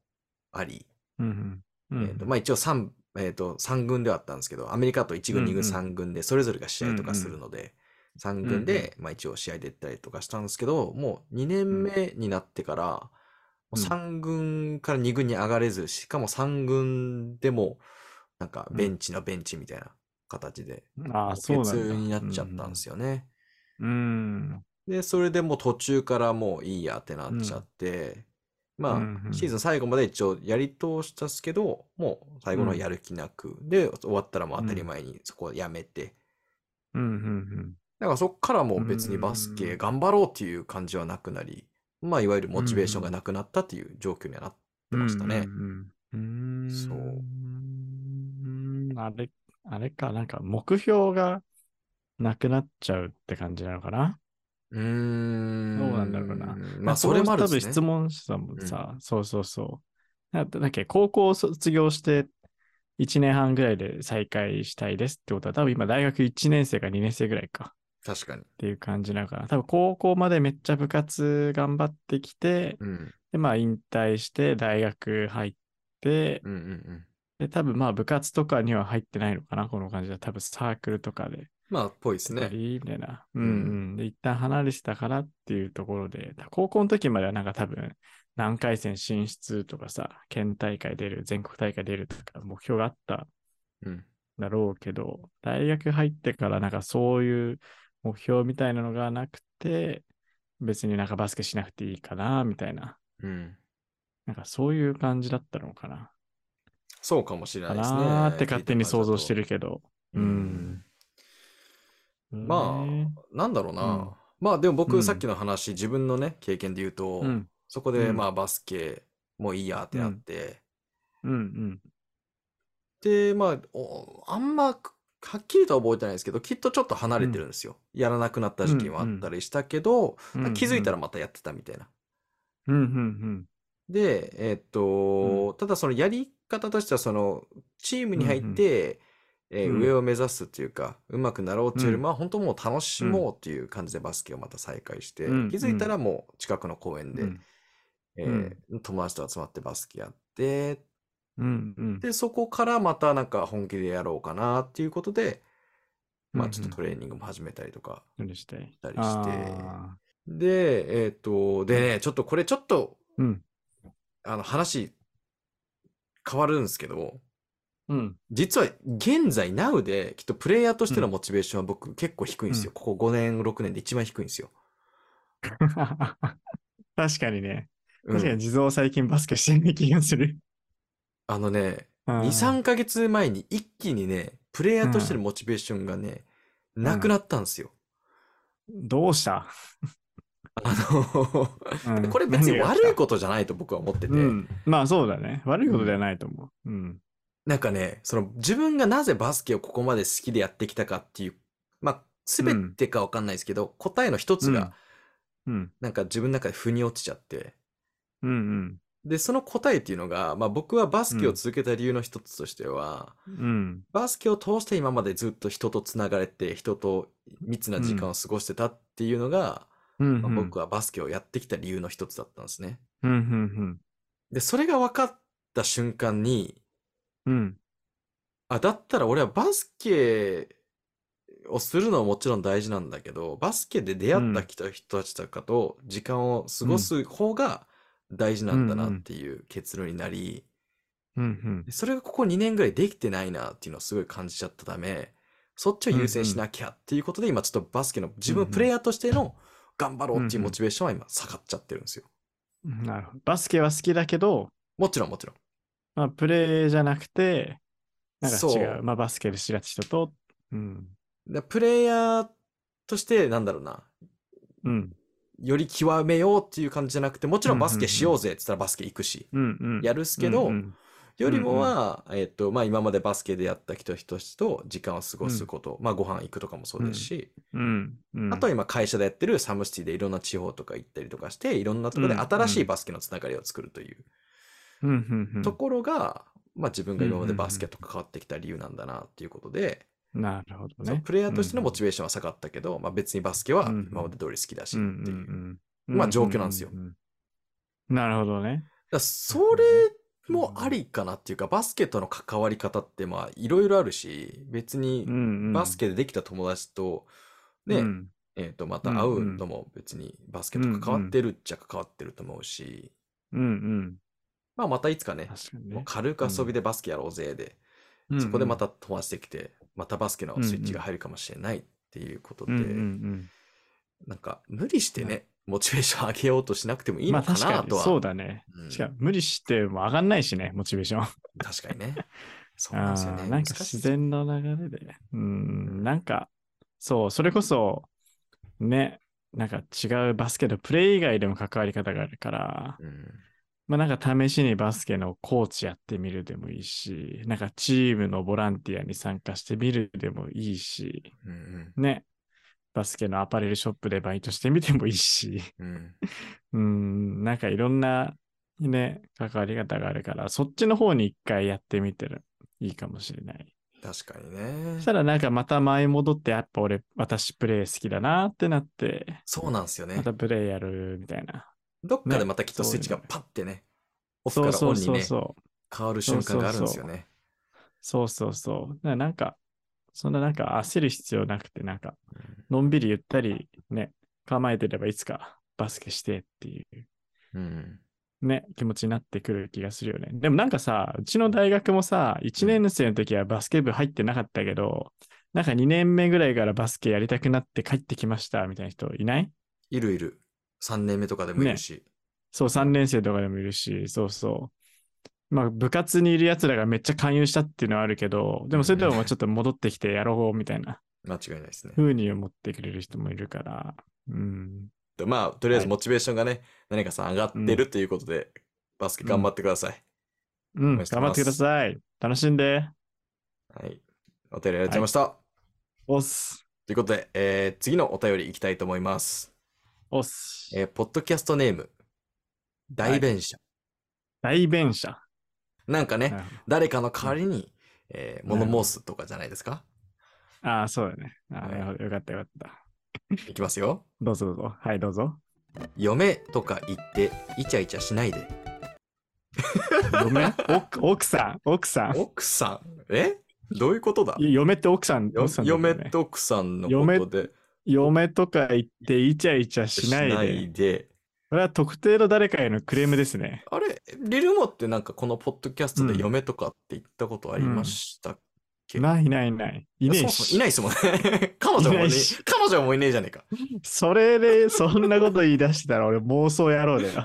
[SPEAKER 1] あり、
[SPEAKER 2] うん。う
[SPEAKER 1] え
[SPEAKER 2] ん
[SPEAKER 1] ーとまあ、一応3、えー、と3軍ではあったんですけど、アメリカだと1軍、
[SPEAKER 2] うんう
[SPEAKER 1] 2
[SPEAKER 2] ん
[SPEAKER 1] 軍、3軍で、それぞれが試合とかするので、3軍で、まあ、一応試合出たりとかしたんですけど、もう2年目になってから、もう
[SPEAKER 2] うん
[SPEAKER 1] 3軍から2軍に上がれず、しかも3軍でも、なんかベンチのベンチみたいな形で、
[SPEAKER 2] ああ、そうなんだ。
[SPEAKER 1] 欠になっちゃったんですよね。
[SPEAKER 2] うん。
[SPEAKER 1] で、それでもう途中からもういいやってなっちゃって、ま
[SPEAKER 2] うんう
[SPEAKER 1] あ、
[SPEAKER 2] ん
[SPEAKER 1] シーズン最後まで一応やり通したっすけど、もう最後の
[SPEAKER 2] うん
[SPEAKER 1] やる気なく、で、終わったらもう当たり
[SPEAKER 2] うん
[SPEAKER 1] 前にそこをやめて、
[SPEAKER 2] うん。うん。
[SPEAKER 1] だからそっからもう別にバスケ頑張ろうっていう感じはなくなり、まあ、いわゆるモチベーションがなくなったっていう状況にはなって
[SPEAKER 2] うん。
[SPEAKER 1] ましたね
[SPEAKER 2] う。んうんうん。
[SPEAKER 1] そう
[SPEAKER 2] うんあれ、あれか、なんか目標がなくなっちゃうって感じなのかな。
[SPEAKER 1] うーん。
[SPEAKER 2] どうなんだろうな
[SPEAKER 1] まあ、それもある
[SPEAKER 2] 多分
[SPEAKER 1] し、ね
[SPEAKER 2] 質。問者もさ、そうそうそう。だってだっけ、高校を卒業して1年半ぐらいで再開したいですってことは、多分今大学1年生か2年生ぐらいか
[SPEAKER 1] 確かに。
[SPEAKER 2] っていう感じなのかな。多分高校までめっちゃ部活頑張ってきて、
[SPEAKER 1] うん。
[SPEAKER 2] で、まあ引退して大学入って、
[SPEAKER 1] うんうんうん。
[SPEAKER 2] で、多分まあ部活とかには入ってないのかな、この感じは。多分サークルとかで。
[SPEAKER 1] まあ、ぽいですね。
[SPEAKER 2] いいみたいな。うんんうん。で、一旦離れてたからっていうところで、高校の時まではなんか多分、何回戦進出とかさ、県大会出る、全国大会出るとか目標があった
[SPEAKER 1] うん。
[SPEAKER 2] んだろうけど、大学入ってからなんかそういう目標みたいなのがなくて、別になんかバスケしなくていいかな、みたいな。
[SPEAKER 1] うん。
[SPEAKER 2] なんかそういう感じだったのかな。
[SPEAKER 1] そうかもしれな
[SPEAKER 2] か
[SPEAKER 1] いですね。
[SPEAKER 2] なーって勝手に想像
[SPEAKER 1] 聞いた感じだと
[SPEAKER 2] してるけど。
[SPEAKER 1] う
[SPEAKER 2] うんん。
[SPEAKER 1] ま
[SPEAKER 2] ね
[SPEAKER 1] あ、なんだろうな。
[SPEAKER 2] うん
[SPEAKER 1] まあ、でも
[SPEAKER 2] う
[SPEAKER 1] 僕、
[SPEAKER 2] ん
[SPEAKER 1] さっきの話、自分のね、経験で言うと、
[SPEAKER 2] うん。
[SPEAKER 1] そこで、
[SPEAKER 2] うん
[SPEAKER 1] まあ、バスケ、もういいやってなって、
[SPEAKER 2] うんうん。
[SPEAKER 1] で、まあおあんま、はっきりとは覚えてないですけど、きっとちょっと離れてるんですよ。やらなくなった時期もあったりしたけど、
[SPEAKER 2] うんうん
[SPEAKER 1] 気づいたらまたやってたみたいな。
[SPEAKER 2] うんうん
[SPEAKER 1] で、えっと、ただそのやり方としては、その、チームに入って、えー
[SPEAKER 2] うん
[SPEAKER 1] 上を目指すっていうか、うまくなろうっていうよりも、本当もう楽しもうっていう感じでバスケをまた再開して、
[SPEAKER 2] うん
[SPEAKER 1] 気づいたらもう近くの公園
[SPEAKER 2] うん。
[SPEAKER 1] で、
[SPEAKER 2] うん
[SPEAKER 1] えー友達と集まってバスケやって、
[SPEAKER 2] うんうん。
[SPEAKER 1] で、そこからまたなんか本気でやろうかなっていうことで、まあちょっとトレーニングも始めたりとか。
[SPEAKER 2] うんうんしたりして。
[SPEAKER 1] たりして
[SPEAKER 2] あ
[SPEAKER 1] で、えっと、でね、ちょっとこれちょっと、
[SPEAKER 2] ーうん。
[SPEAKER 1] あの話、変わるんですけど、
[SPEAKER 2] うん。
[SPEAKER 1] 実は現在、Now で、きっとプレイヤーとしてのモチベーションは僕結構低いんですよ。ここ5年、6年で一番低いんですよ。
[SPEAKER 2] 確かにね。
[SPEAKER 1] うん
[SPEAKER 2] 確かに地蔵最近バスケしてない気がする。
[SPEAKER 1] あのね、
[SPEAKER 2] 2
[SPEAKER 1] 2、3ヶ月前に一気にね、プレイヤーとしてのモチベーションがね、
[SPEAKER 2] ん
[SPEAKER 1] なくなったんですよ。
[SPEAKER 2] どうした
[SPEAKER 1] あの、これ別に悪いことじゃないと僕は思ってて、
[SPEAKER 2] とうん。まあそうだね。悪いことではないと思う。うん。
[SPEAKER 1] なんかね、その自分がなぜバスケをここまで好きでやってきたかっていう、まあ、すべてかわかんないですけど、答えの一つが、
[SPEAKER 2] うん。
[SPEAKER 1] なんか自分の中で腑に落ちちゃって、
[SPEAKER 2] うんうん。
[SPEAKER 1] で、その答えっていうのが、まあ僕はバスケを続けた理由の一つとしては、
[SPEAKER 2] うん。
[SPEAKER 1] バスケを通して今までずっと人とつながれて、人と密な時間を過ごしてたっていうのが、
[SPEAKER 2] うん。
[SPEAKER 1] まあ僕はバスケをやってきた理由の一つだったんですね。
[SPEAKER 2] うん。うん。
[SPEAKER 1] で、それが分かった瞬間に、
[SPEAKER 2] うん。うん。
[SPEAKER 1] あ、だったら俺はバスケをするのはもちろん大事なんだけど、バスケで出会った人人たちとかと時間を過ごす方が大事なんだなっていう結論になり、
[SPEAKER 2] うん。うん
[SPEAKER 1] でそれがここ2年ぐらいできてないなっていうのをすごい感じちゃったため、そっちを優先しなきゃっていうことで今ちょっとバスケの自分
[SPEAKER 2] うんうん
[SPEAKER 1] プレイヤーとしての頑張ろうっていうう
[SPEAKER 2] んう
[SPEAKER 1] んモチベーションは今下がっちゃってるんですよ。
[SPEAKER 2] なるほど。バスケは好きだけど、
[SPEAKER 1] もちろんもちろん。
[SPEAKER 2] まあ、プレーじゃなくて、なんか
[SPEAKER 1] そう
[SPEAKER 2] 違う。まあ、バスケで知らった人と、うん。
[SPEAKER 1] でプレイヤーとしてなんだろうな、
[SPEAKER 2] うん。
[SPEAKER 1] より極めようっていう感じじゃなくて、もちろんバス
[SPEAKER 2] うんうんう
[SPEAKER 1] ケ
[SPEAKER 2] ん
[SPEAKER 1] しようぜって言ったらバスケ行くし、
[SPEAKER 2] うん。うん。
[SPEAKER 1] やるっすけど、
[SPEAKER 2] うんうん
[SPEAKER 1] よりもは、えっと、まあ今までバスケでやった人人と時間を過ごすこと、まあご飯行くとかもそうですし、
[SPEAKER 2] うん。うん
[SPEAKER 1] あとは今会社でやってるサムシティでいろんな地方とか行ったりとかして、いろんなところで新しいバスケのつながりを作るという
[SPEAKER 2] うん。うん。うん
[SPEAKER 1] ところが、まあ自分が今までバスケと関わってきた理由なんだなっていうことで、
[SPEAKER 2] なるほど
[SPEAKER 1] その
[SPEAKER 2] ね。
[SPEAKER 1] プレイヤーとしてのモチベーションは下がったけど、まあ別にバスケは
[SPEAKER 2] うんうん
[SPEAKER 1] 今まで通り好きだし
[SPEAKER 2] う
[SPEAKER 1] ってい
[SPEAKER 2] んう
[SPEAKER 1] う。
[SPEAKER 2] んうん
[SPEAKER 1] まあ状況なんですよ
[SPEAKER 2] うううんなるほどね。
[SPEAKER 1] だからそれもありかなっていうか、バスケとの関わり方ってまあいろいろあるし、別に
[SPEAKER 2] うんうん、
[SPEAKER 1] バスケでできた友達と、ね、
[SPEAKER 2] うん
[SPEAKER 1] えっと、また会うのも別にバスケと関わってるっちゃ関わってると思うし、
[SPEAKER 2] うんうん。
[SPEAKER 1] まあまたいつかね、
[SPEAKER 2] 確かに
[SPEAKER 1] もう
[SPEAKER 2] ね。
[SPEAKER 1] 軽く遊びでバスケやろうぜで、そこでまた友達できて、またバスケのスイッチが入るかもしれないっていうことで、
[SPEAKER 2] うんうんうん
[SPEAKER 1] なんか無理してね、モチベーション上げようとしなくてもいい
[SPEAKER 2] ま
[SPEAKER 1] の
[SPEAKER 2] あ
[SPEAKER 1] か
[SPEAKER 2] 確か
[SPEAKER 1] な
[SPEAKER 2] に
[SPEAKER 1] とは。
[SPEAKER 2] そうだね。
[SPEAKER 1] うん
[SPEAKER 2] しかも無理しても上がんないしね、モチベーション。
[SPEAKER 1] 確かにね。そうなん
[SPEAKER 2] あ
[SPEAKER 1] ですよね。
[SPEAKER 2] ーなんか
[SPEAKER 1] 難しい
[SPEAKER 2] 自然の流れで。うん、なんか、そう、それこそ、ね、なんか違うバスケとプレイ以外でも関わり方があるから、
[SPEAKER 1] うん
[SPEAKER 2] まあなんか試しにバスケのコーチやってみるでもいいし、なんかチームのボランティアに参加してみるでもいいし、
[SPEAKER 1] うん
[SPEAKER 2] ね、バスケのアパレルショップでバイトしてみてもいいし、
[SPEAKER 1] うんうん
[SPEAKER 2] うん、なんかいろんなね、関わり方があるから、そっちの方に一回やってみてる。いいかもしれない。
[SPEAKER 1] 確かにね
[SPEAKER 2] そし。たらなんかまた前戻って、やっぱ俺、私プレイ好きだなってなって、
[SPEAKER 1] そうなんですよ
[SPEAKER 2] ま
[SPEAKER 1] ね。
[SPEAKER 2] たプレイやるみたいな。
[SPEAKER 1] どっかでまたきっと
[SPEAKER 2] ね
[SPEAKER 1] スイッチがパッてね、オフ
[SPEAKER 2] そ
[SPEAKER 1] か
[SPEAKER 2] う
[SPEAKER 1] ら
[SPEAKER 2] そ
[SPEAKER 1] オン
[SPEAKER 2] う
[SPEAKER 1] に
[SPEAKER 2] そう
[SPEAKER 1] ね、
[SPEAKER 2] そう。
[SPEAKER 1] 変わる瞬間があるんですよね。
[SPEAKER 2] そうそうそう。だからなんか、そんななんか焦る必要なくて、なんか、のんびりゆったりね、構えてればいつかバスケしてっていう
[SPEAKER 1] うん。
[SPEAKER 2] ね、気持ちになってくる気がするよね。でもなんかさ、うちの大学もさ、1年生の時はバスケ部入ってなかったけど、なんか2年目ぐらいからバスケやりたくなって帰ってきましたみたいな人いない
[SPEAKER 1] いるいる。3年目とかでもいるし。
[SPEAKER 2] そう、3年生とかでもいるし、そうそう。まあ、部活にいる奴らがめっちゃ勧誘したっていうのはあるけど、でもそれでもちょっと戻ってきてやろうみたいな。
[SPEAKER 1] 間違いないですね。
[SPEAKER 2] 風に思ってくれる人もいるから、うん。
[SPEAKER 1] でまあ、とりあえず
[SPEAKER 2] はい
[SPEAKER 1] モチベーションがね、何かさん上がってるということで、バスケ頑張ってください。
[SPEAKER 2] うん、
[SPEAKER 1] お願いします
[SPEAKER 2] 頑張ってください。楽しんで。
[SPEAKER 1] はい。お便りありがとうございました。
[SPEAKER 2] おっす。
[SPEAKER 1] ということで、えー次のお便りいきたいと思います。
[SPEAKER 2] おっす。
[SPEAKER 1] えーポッドキャストネーム、代弁者。
[SPEAKER 2] 代弁者。
[SPEAKER 1] なんかね、
[SPEAKER 2] なるほ
[SPEAKER 1] 誰かの代わりに、えー
[SPEAKER 2] うん
[SPEAKER 1] 物申すとかじゃないですか。
[SPEAKER 2] どああ、そうだね。あ
[SPEAKER 1] は
[SPEAKER 2] あ、
[SPEAKER 1] い
[SPEAKER 2] なるほどよかったよかった。
[SPEAKER 1] いきますよ。
[SPEAKER 2] どうぞどうぞ。はい、どうぞ。
[SPEAKER 1] 嫁とか言って、イチャイチャしないで。
[SPEAKER 2] 嫁奥奥さん、奥さん。
[SPEAKER 1] 奥さん、えどういうことだ
[SPEAKER 2] 嫁って奥さん、
[SPEAKER 1] よ
[SPEAKER 2] 奥さんだよね
[SPEAKER 1] 嫁と奥さんのことで、
[SPEAKER 2] 嫁とか言ってイチャイチャしないで。
[SPEAKER 1] で
[SPEAKER 2] これは特定の誰かへのクレームですね。
[SPEAKER 1] あれ、リルモってなんかこのポッドキャストで
[SPEAKER 2] うん
[SPEAKER 1] 嫁とかって言ったことありましたっけ、
[SPEAKER 2] ないないない。いね
[SPEAKER 1] そ
[SPEAKER 2] え
[SPEAKER 1] もそ
[SPEAKER 2] し。
[SPEAKER 1] もいないですもんね。 彼女もいね
[SPEAKER 2] いな
[SPEAKER 1] え
[SPEAKER 2] いし
[SPEAKER 1] 彼女もいねえじゃねえか。
[SPEAKER 2] それで、そんなこと言い出してたら俺妄想野郎 だよ。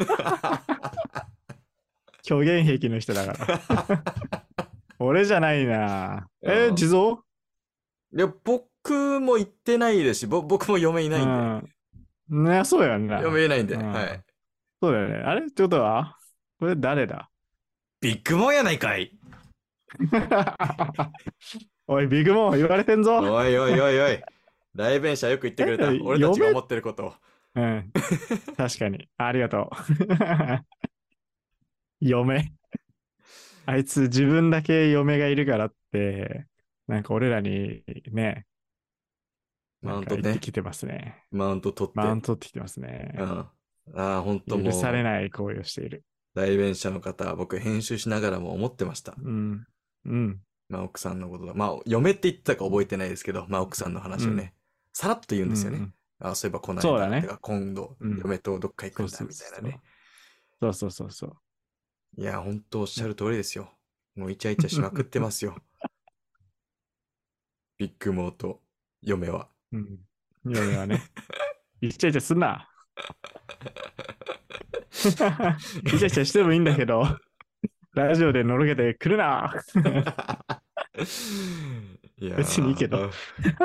[SPEAKER 2] 虚言癖の人だから。 俺じゃないな。え
[SPEAKER 1] う
[SPEAKER 2] ー、
[SPEAKER 1] ん
[SPEAKER 2] 地蔵
[SPEAKER 1] いや、僕も言ってないですし、ぼ僕も嫁いないん
[SPEAKER 2] うん。ね、そうやん
[SPEAKER 1] で。
[SPEAKER 2] な。
[SPEAKER 1] 嫁いないんで、
[SPEAKER 2] うん
[SPEAKER 1] はい。
[SPEAKER 2] そうだよね。あれってことはこれ誰だ
[SPEAKER 1] ビッグモンやないかい。
[SPEAKER 2] おい、ビッグモン言われてんぞ。
[SPEAKER 1] おいおいおいお い。代弁者よく言ってくれた
[SPEAKER 2] え。
[SPEAKER 1] 俺たちが
[SPEAKER 2] 嫁
[SPEAKER 1] 思ってることを。
[SPEAKER 2] うん。確かに。ありがとう。 嫁。あいつ自分だけ嫁がいるからって、なんか俺らにね、
[SPEAKER 1] マウン
[SPEAKER 2] な
[SPEAKER 1] ト
[SPEAKER 2] んか言っ
[SPEAKER 1] ね
[SPEAKER 2] て。きてますね。
[SPEAKER 1] マウント取って。
[SPEAKER 2] マウント取ってきてますね
[SPEAKER 1] う。ん。ああ、本当も
[SPEAKER 2] 許
[SPEAKER 1] う。
[SPEAKER 2] されない行為をしている。
[SPEAKER 1] 代弁者の方、僕編集しながらも思ってました。
[SPEAKER 2] うん。うん。
[SPEAKER 1] まあ奥さんのことだ。まあ嫁って言ってたか覚えてないですけど、まあ奥さんの話をね、さらっと言うんですよね。
[SPEAKER 2] うんうん
[SPEAKER 1] あそういえばこの間、
[SPEAKER 2] そうだね
[SPEAKER 1] てか今度、
[SPEAKER 2] うん
[SPEAKER 1] 嫁とどっか行くんだ
[SPEAKER 2] そう
[SPEAKER 1] み
[SPEAKER 2] そ
[SPEAKER 1] た
[SPEAKER 2] う
[SPEAKER 1] い
[SPEAKER 2] そう
[SPEAKER 1] なね。
[SPEAKER 2] そうそうそうそう。
[SPEAKER 1] いや、本当おっしゃる通りですよ。もうイチャイチャしまくってます よ。ビッグモーと嫁 は。
[SPEAKER 2] うん。嫁 はね。イチャイチャすんな。イチャイチャしてもいいんだけど、ラジオでのろけてくるな。
[SPEAKER 1] いや
[SPEAKER 2] 別にいいけど。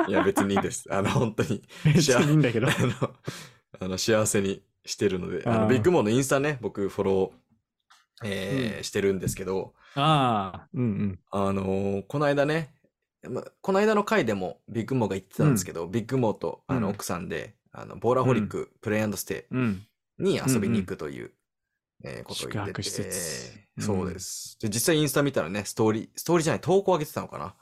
[SPEAKER 1] いや、別にいいです。あの、本当に、
[SPEAKER 2] 別にいいんだけど。
[SPEAKER 1] あの、あの幸せにしてるので、あ
[SPEAKER 2] あ
[SPEAKER 1] の
[SPEAKER 2] ー
[SPEAKER 1] ビッグモーのインスタね、僕フォロー、えーしてるんですけど、
[SPEAKER 2] ああ、うんうん。
[SPEAKER 1] あのーこの間ね、まこの間の回でもビッグモーが言ってたんですけど、ビッグモーとあの
[SPEAKER 2] うん
[SPEAKER 1] 奥さんで、あのボーラホリック、プレイステ
[SPEAKER 2] うん。
[SPEAKER 1] に遊びに行くという、えーことを言ってて
[SPEAKER 2] 宿泊施設うん
[SPEAKER 1] そうです。で、実際インスタ見たらね、ストーリー、ストーリーじゃない、投稿上げてたのかな。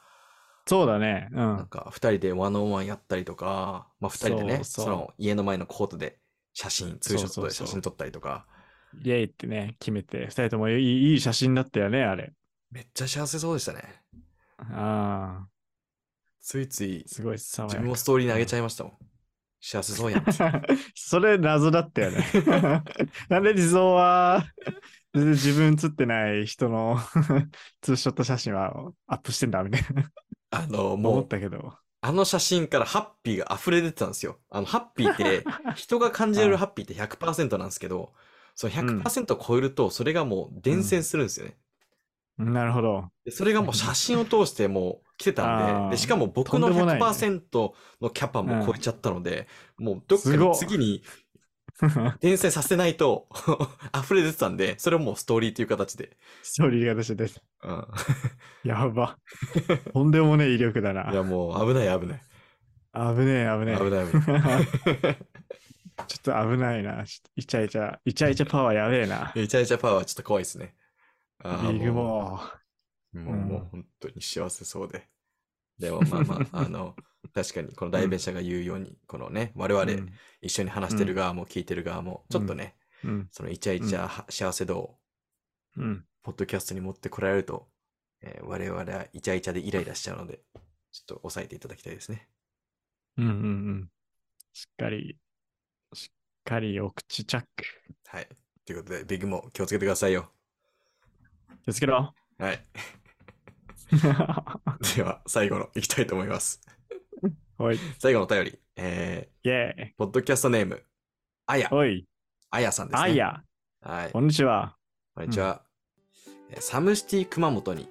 [SPEAKER 2] そうだね。う
[SPEAKER 1] なん
[SPEAKER 2] ん。
[SPEAKER 1] か2人でワンオンワンやったりとか、まあ、2人でねそ
[SPEAKER 2] そうそう
[SPEAKER 1] の家の前のコートで写真ツーショット
[SPEAKER 2] そう
[SPEAKER 1] で
[SPEAKER 2] そう
[SPEAKER 1] 写
[SPEAKER 2] そう
[SPEAKER 1] 真撮ったりとか
[SPEAKER 2] イエイってね、決めて、二人ともいいいい写真だったよね、あれ。
[SPEAKER 1] めっちゃ幸せそうでしたね
[SPEAKER 2] ああ、
[SPEAKER 1] ついつい
[SPEAKER 2] すごい爽
[SPEAKER 1] 自
[SPEAKER 2] や
[SPEAKER 1] 分
[SPEAKER 2] か
[SPEAKER 1] も。ストーリーに上げちゃいましたもん幸せ そうやん
[SPEAKER 2] それ謎だった よね。なんで地蔵は全然自分写ってない人の ツーショット写真はアップしてんだみたいな
[SPEAKER 1] あの
[SPEAKER 2] 思
[SPEAKER 1] も
[SPEAKER 2] っ
[SPEAKER 1] う
[SPEAKER 2] たけど。
[SPEAKER 1] あの写真からハッピーが溢れ出てたんですよあのハッピーって 人が感じれるハッピーって100%なんですけどその100%を超えるとそれがもう伝染するんですよね、
[SPEAKER 2] なるほど。
[SPEAKER 1] でそれがもう写真を通してもう来てたん
[SPEAKER 2] あー
[SPEAKER 1] ででしかも僕の
[SPEAKER 2] とんでもないね
[SPEAKER 1] 100%のキャパも超えちゃったので、もうどっか
[SPEAKER 2] すご
[SPEAKER 1] に
[SPEAKER 2] っ
[SPEAKER 1] 次 に伝染させないと 溢れ出てたんでそれをもうストーリーという形で、
[SPEAKER 2] ストーリーが出してて。
[SPEAKER 1] うん
[SPEAKER 2] やば。とんでもねえ威力だ
[SPEAKER 1] いや
[SPEAKER 2] な。
[SPEAKER 1] もう危ない危ない
[SPEAKER 2] 危ねえ、危ねえ。
[SPEAKER 1] 危ない危ない
[SPEAKER 2] ちょっと危ないな。ちょっとイチャイチャ、イチャイチャパワーやべえな。
[SPEAKER 1] イチャイチャパワーちょっと怖いですねあー
[SPEAKER 2] ビッグ
[SPEAKER 1] も
[SPEAKER 2] モー。
[SPEAKER 1] うもう
[SPEAKER 2] うん
[SPEAKER 1] もう本当に幸せそうででもまあ まああの確かにこの代弁者が言うように、このね我々
[SPEAKER 2] うん
[SPEAKER 1] 一緒に話してる側も聞いてる側もちょっとね、
[SPEAKER 2] うん。
[SPEAKER 1] そのイチャイチャは幸せ度を
[SPEAKER 2] うん。
[SPEAKER 1] ポッドキャストに持ってこられると、えー我々はイチャイチャでイライラしちゃうので、ちょっと抑えていただきたいですね。
[SPEAKER 2] うん。うん。うん。しっかり、しっかりお口チャック。
[SPEAKER 1] はい。ということで、ビッグも気をつけてくださいよ。
[SPEAKER 2] 気をつけろ。
[SPEAKER 1] はい。では、最後のいきたいと思います。
[SPEAKER 2] おい、イ
[SPEAKER 1] 最後のお便り、え
[SPEAKER 2] ェーイ。
[SPEAKER 1] ー、ポッドキャストネーム、あや、
[SPEAKER 2] おい、
[SPEAKER 1] あやさんですね。
[SPEAKER 2] あい。や、
[SPEAKER 1] はい。
[SPEAKER 2] こんにちは。
[SPEAKER 1] こんにちは。えーサムシティ熊本に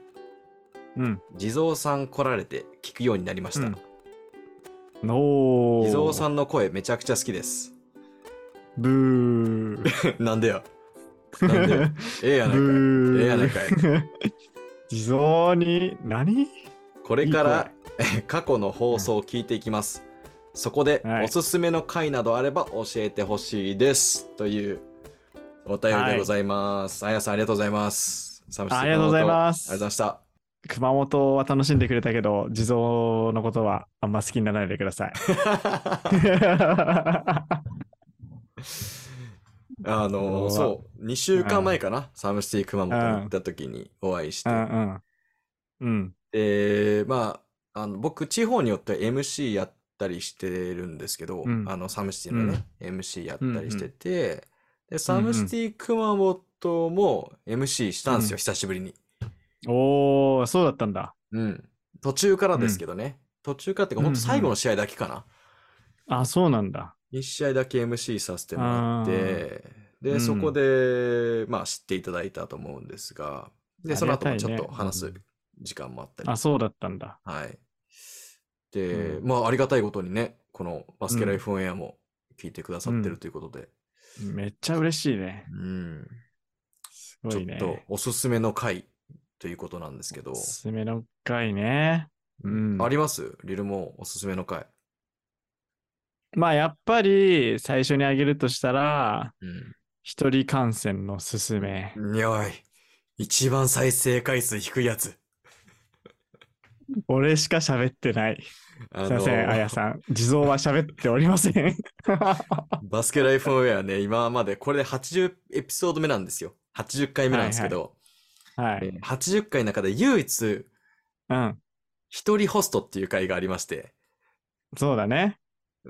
[SPEAKER 2] うん。
[SPEAKER 1] 地蔵さん来られて聞くようになりました。
[SPEAKER 2] うんおー。
[SPEAKER 1] 地蔵さ
[SPEAKER 2] ん。
[SPEAKER 1] んの声めちゃくちゃ好きです。
[SPEAKER 2] ブー。
[SPEAKER 1] なんで や。なんでよええやないかい。ええやないかい。
[SPEAKER 2] 地蔵に、何
[SPEAKER 1] これから
[SPEAKER 2] い
[SPEAKER 1] 過去の放送を聞いていきます。そこで
[SPEAKER 2] はい
[SPEAKER 1] おすすめの回などあれば教えてほしいです。というお便りでございます。あやさんありがとうございます。あり
[SPEAKER 2] ありがとうございま。
[SPEAKER 1] ありがとうございますした。
[SPEAKER 2] 熊本は楽しんでくれたけど、地蔵のことはあんま好きにならないでく ださい。
[SPEAKER 1] あの
[SPEAKER 2] うわ
[SPEAKER 1] そう、2週間前かな、サムシティ熊本に行った時にお会いして
[SPEAKER 2] う、んうん。うん。
[SPEAKER 1] で、まあ、あの僕、地方によって MC やったりしてるんですけど、
[SPEAKER 2] うん
[SPEAKER 1] あのサムシティのね、MC やったりしてて、で、サムシティ熊本も MC したんですよ、
[SPEAKER 2] うん
[SPEAKER 1] 久しぶりに。
[SPEAKER 2] おー、そうだったんだ。
[SPEAKER 1] うん。途中からですけどね、途中からっていうか、ほんと最後の試合だけかな。
[SPEAKER 2] あ、そうなんだ。
[SPEAKER 1] 一試合だけ MC させてもらって、で、
[SPEAKER 2] うん
[SPEAKER 1] そこで、まあ、知っていただいたと思うんですが、で、その後もちょっと話す時間もあったり、
[SPEAKER 2] あ、そうだったんだ。
[SPEAKER 1] はい。で、
[SPEAKER 2] うん
[SPEAKER 1] まあ、ありがたいことにね、このバスケライフオンエアも聞いてくださって
[SPEAKER 2] う
[SPEAKER 1] る
[SPEAKER 2] ん
[SPEAKER 1] ということで、
[SPEAKER 2] めっちゃ嬉しいね。
[SPEAKER 1] うん、
[SPEAKER 2] す
[SPEAKER 1] ち
[SPEAKER 2] ご
[SPEAKER 1] ょ
[SPEAKER 2] いね
[SPEAKER 1] っ。とおすすめの回ということなんですけど
[SPEAKER 2] お、すすめの回ね。うん。
[SPEAKER 1] ありますリルもおすすめの回。
[SPEAKER 2] まあやっぱり最初にあげるとしたら、
[SPEAKER 1] う
[SPEAKER 2] 一人感染のすすめ。
[SPEAKER 1] ん。やばい。一番再生回数低いやつ。
[SPEAKER 2] 俺しか喋ってない。
[SPEAKER 1] あ
[SPEAKER 2] すいません、あやさん。地蔵は喋っておりません。
[SPEAKER 1] バスケライフオンウェアね、今までこれで80エピソード目なんですよ。80回目なんですけど、
[SPEAKER 2] はい。
[SPEAKER 1] えー80回の中で唯一、
[SPEAKER 2] うん。
[SPEAKER 1] 一人ホストっていう回がありまして、
[SPEAKER 2] そうだね。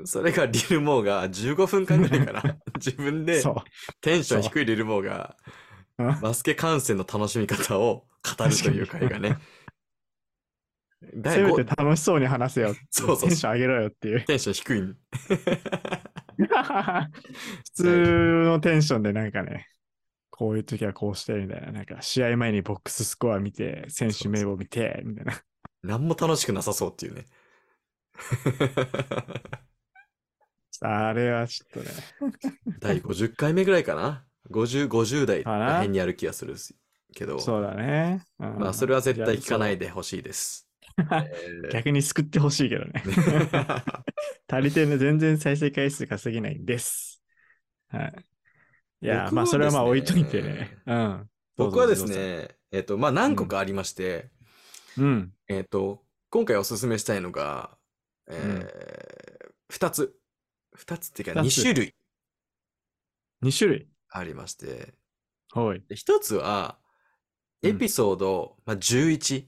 [SPEAKER 1] それがリルモーが15分間ぐらいか な。自分で
[SPEAKER 2] そう。
[SPEAKER 1] テンション低いリルモーが
[SPEAKER 2] うん
[SPEAKER 1] バスケ観戦の楽しみ方を語るという回が ね。
[SPEAKER 2] せ
[SPEAKER 1] 第
[SPEAKER 2] め
[SPEAKER 1] 五
[SPEAKER 2] て楽しそうに話せよ。
[SPEAKER 1] そうそ
[SPEAKER 2] テ
[SPEAKER 1] う
[SPEAKER 2] ン、ション上げろよっていう。
[SPEAKER 1] テンション低いん。
[SPEAKER 2] 普通のテンションでなんかね、こういう時はこうしてみたいな、なんか試合前にボックススコア見て、選手名簿見て、みたいな。
[SPEAKER 1] 何も楽しくなさそうっていうね。
[SPEAKER 2] あれはちょっとね、
[SPEAKER 1] 第50回目ぐらいかな ?50、50代
[SPEAKER 2] かな
[SPEAKER 1] らへんにある気がするけど、
[SPEAKER 2] そうだね。うん
[SPEAKER 1] まあ、それは絶対聞かないいでほしいです。
[SPEAKER 2] や
[SPEAKER 1] え
[SPEAKER 2] や
[SPEAKER 1] ー
[SPEAKER 2] 逆に救ってほしいけどね。足りてんね、全然再生回数稼げないんです。はい。い
[SPEAKER 1] 僕
[SPEAKER 2] や、
[SPEAKER 1] は
[SPEAKER 2] まあ、それはまあ
[SPEAKER 1] です
[SPEAKER 2] 置
[SPEAKER 1] ね
[SPEAKER 2] いといてね。うん。
[SPEAKER 1] 僕は
[SPEAKER 2] ど
[SPEAKER 1] で
[SPEAKER 2] うぞ
[SPEAKER 1] す。ね、えっと、まあ、何個かありまして、
[SPEAKER 2] どうぞうん。
[SPEAKER 1] えっと、今回おすすめしたいのが、えー2つ。2つっていうか、
[SPEAKER 2] 二
[SPEAKER 1] 2
[SPEAKER 2] つ
[SPEAKER 1] 種類
[SPEAKER 2] 2種類。
[SPEAKER 1] ありまして、
[SPEAKER 2] はい。
[SPEAKER 1] で1つは、エピソード、まあ、11、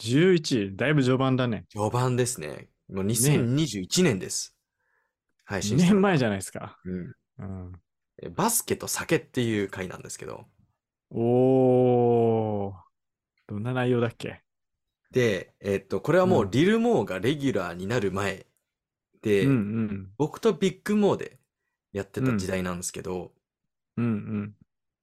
[SPEAKER 2] 11、だいぶ序盤だね。
[SPEAKER 1] 序盤ですね。もう2021年です。配
[SPEAKER 2] 2
[SPEAKER 1] 信したの
[SPEAKER 2] 年前じゃないですか。
[SPEAKER 1] うん
[SPEAKER 2] うん。
[SPEAKER 1] えバスケと酒っていう回なんですけど、
[SPEAKER 2] おー。どんな内容だっけ
[SPEAKER 1] で、えっと、これはもううんリルモーがレギュラーになる前で、
[SPEAKER 2] うんうん。
[SPEAKER 1] 僕とビッグモーでやってた時代なんですけど、
[SPEAKER 2] うん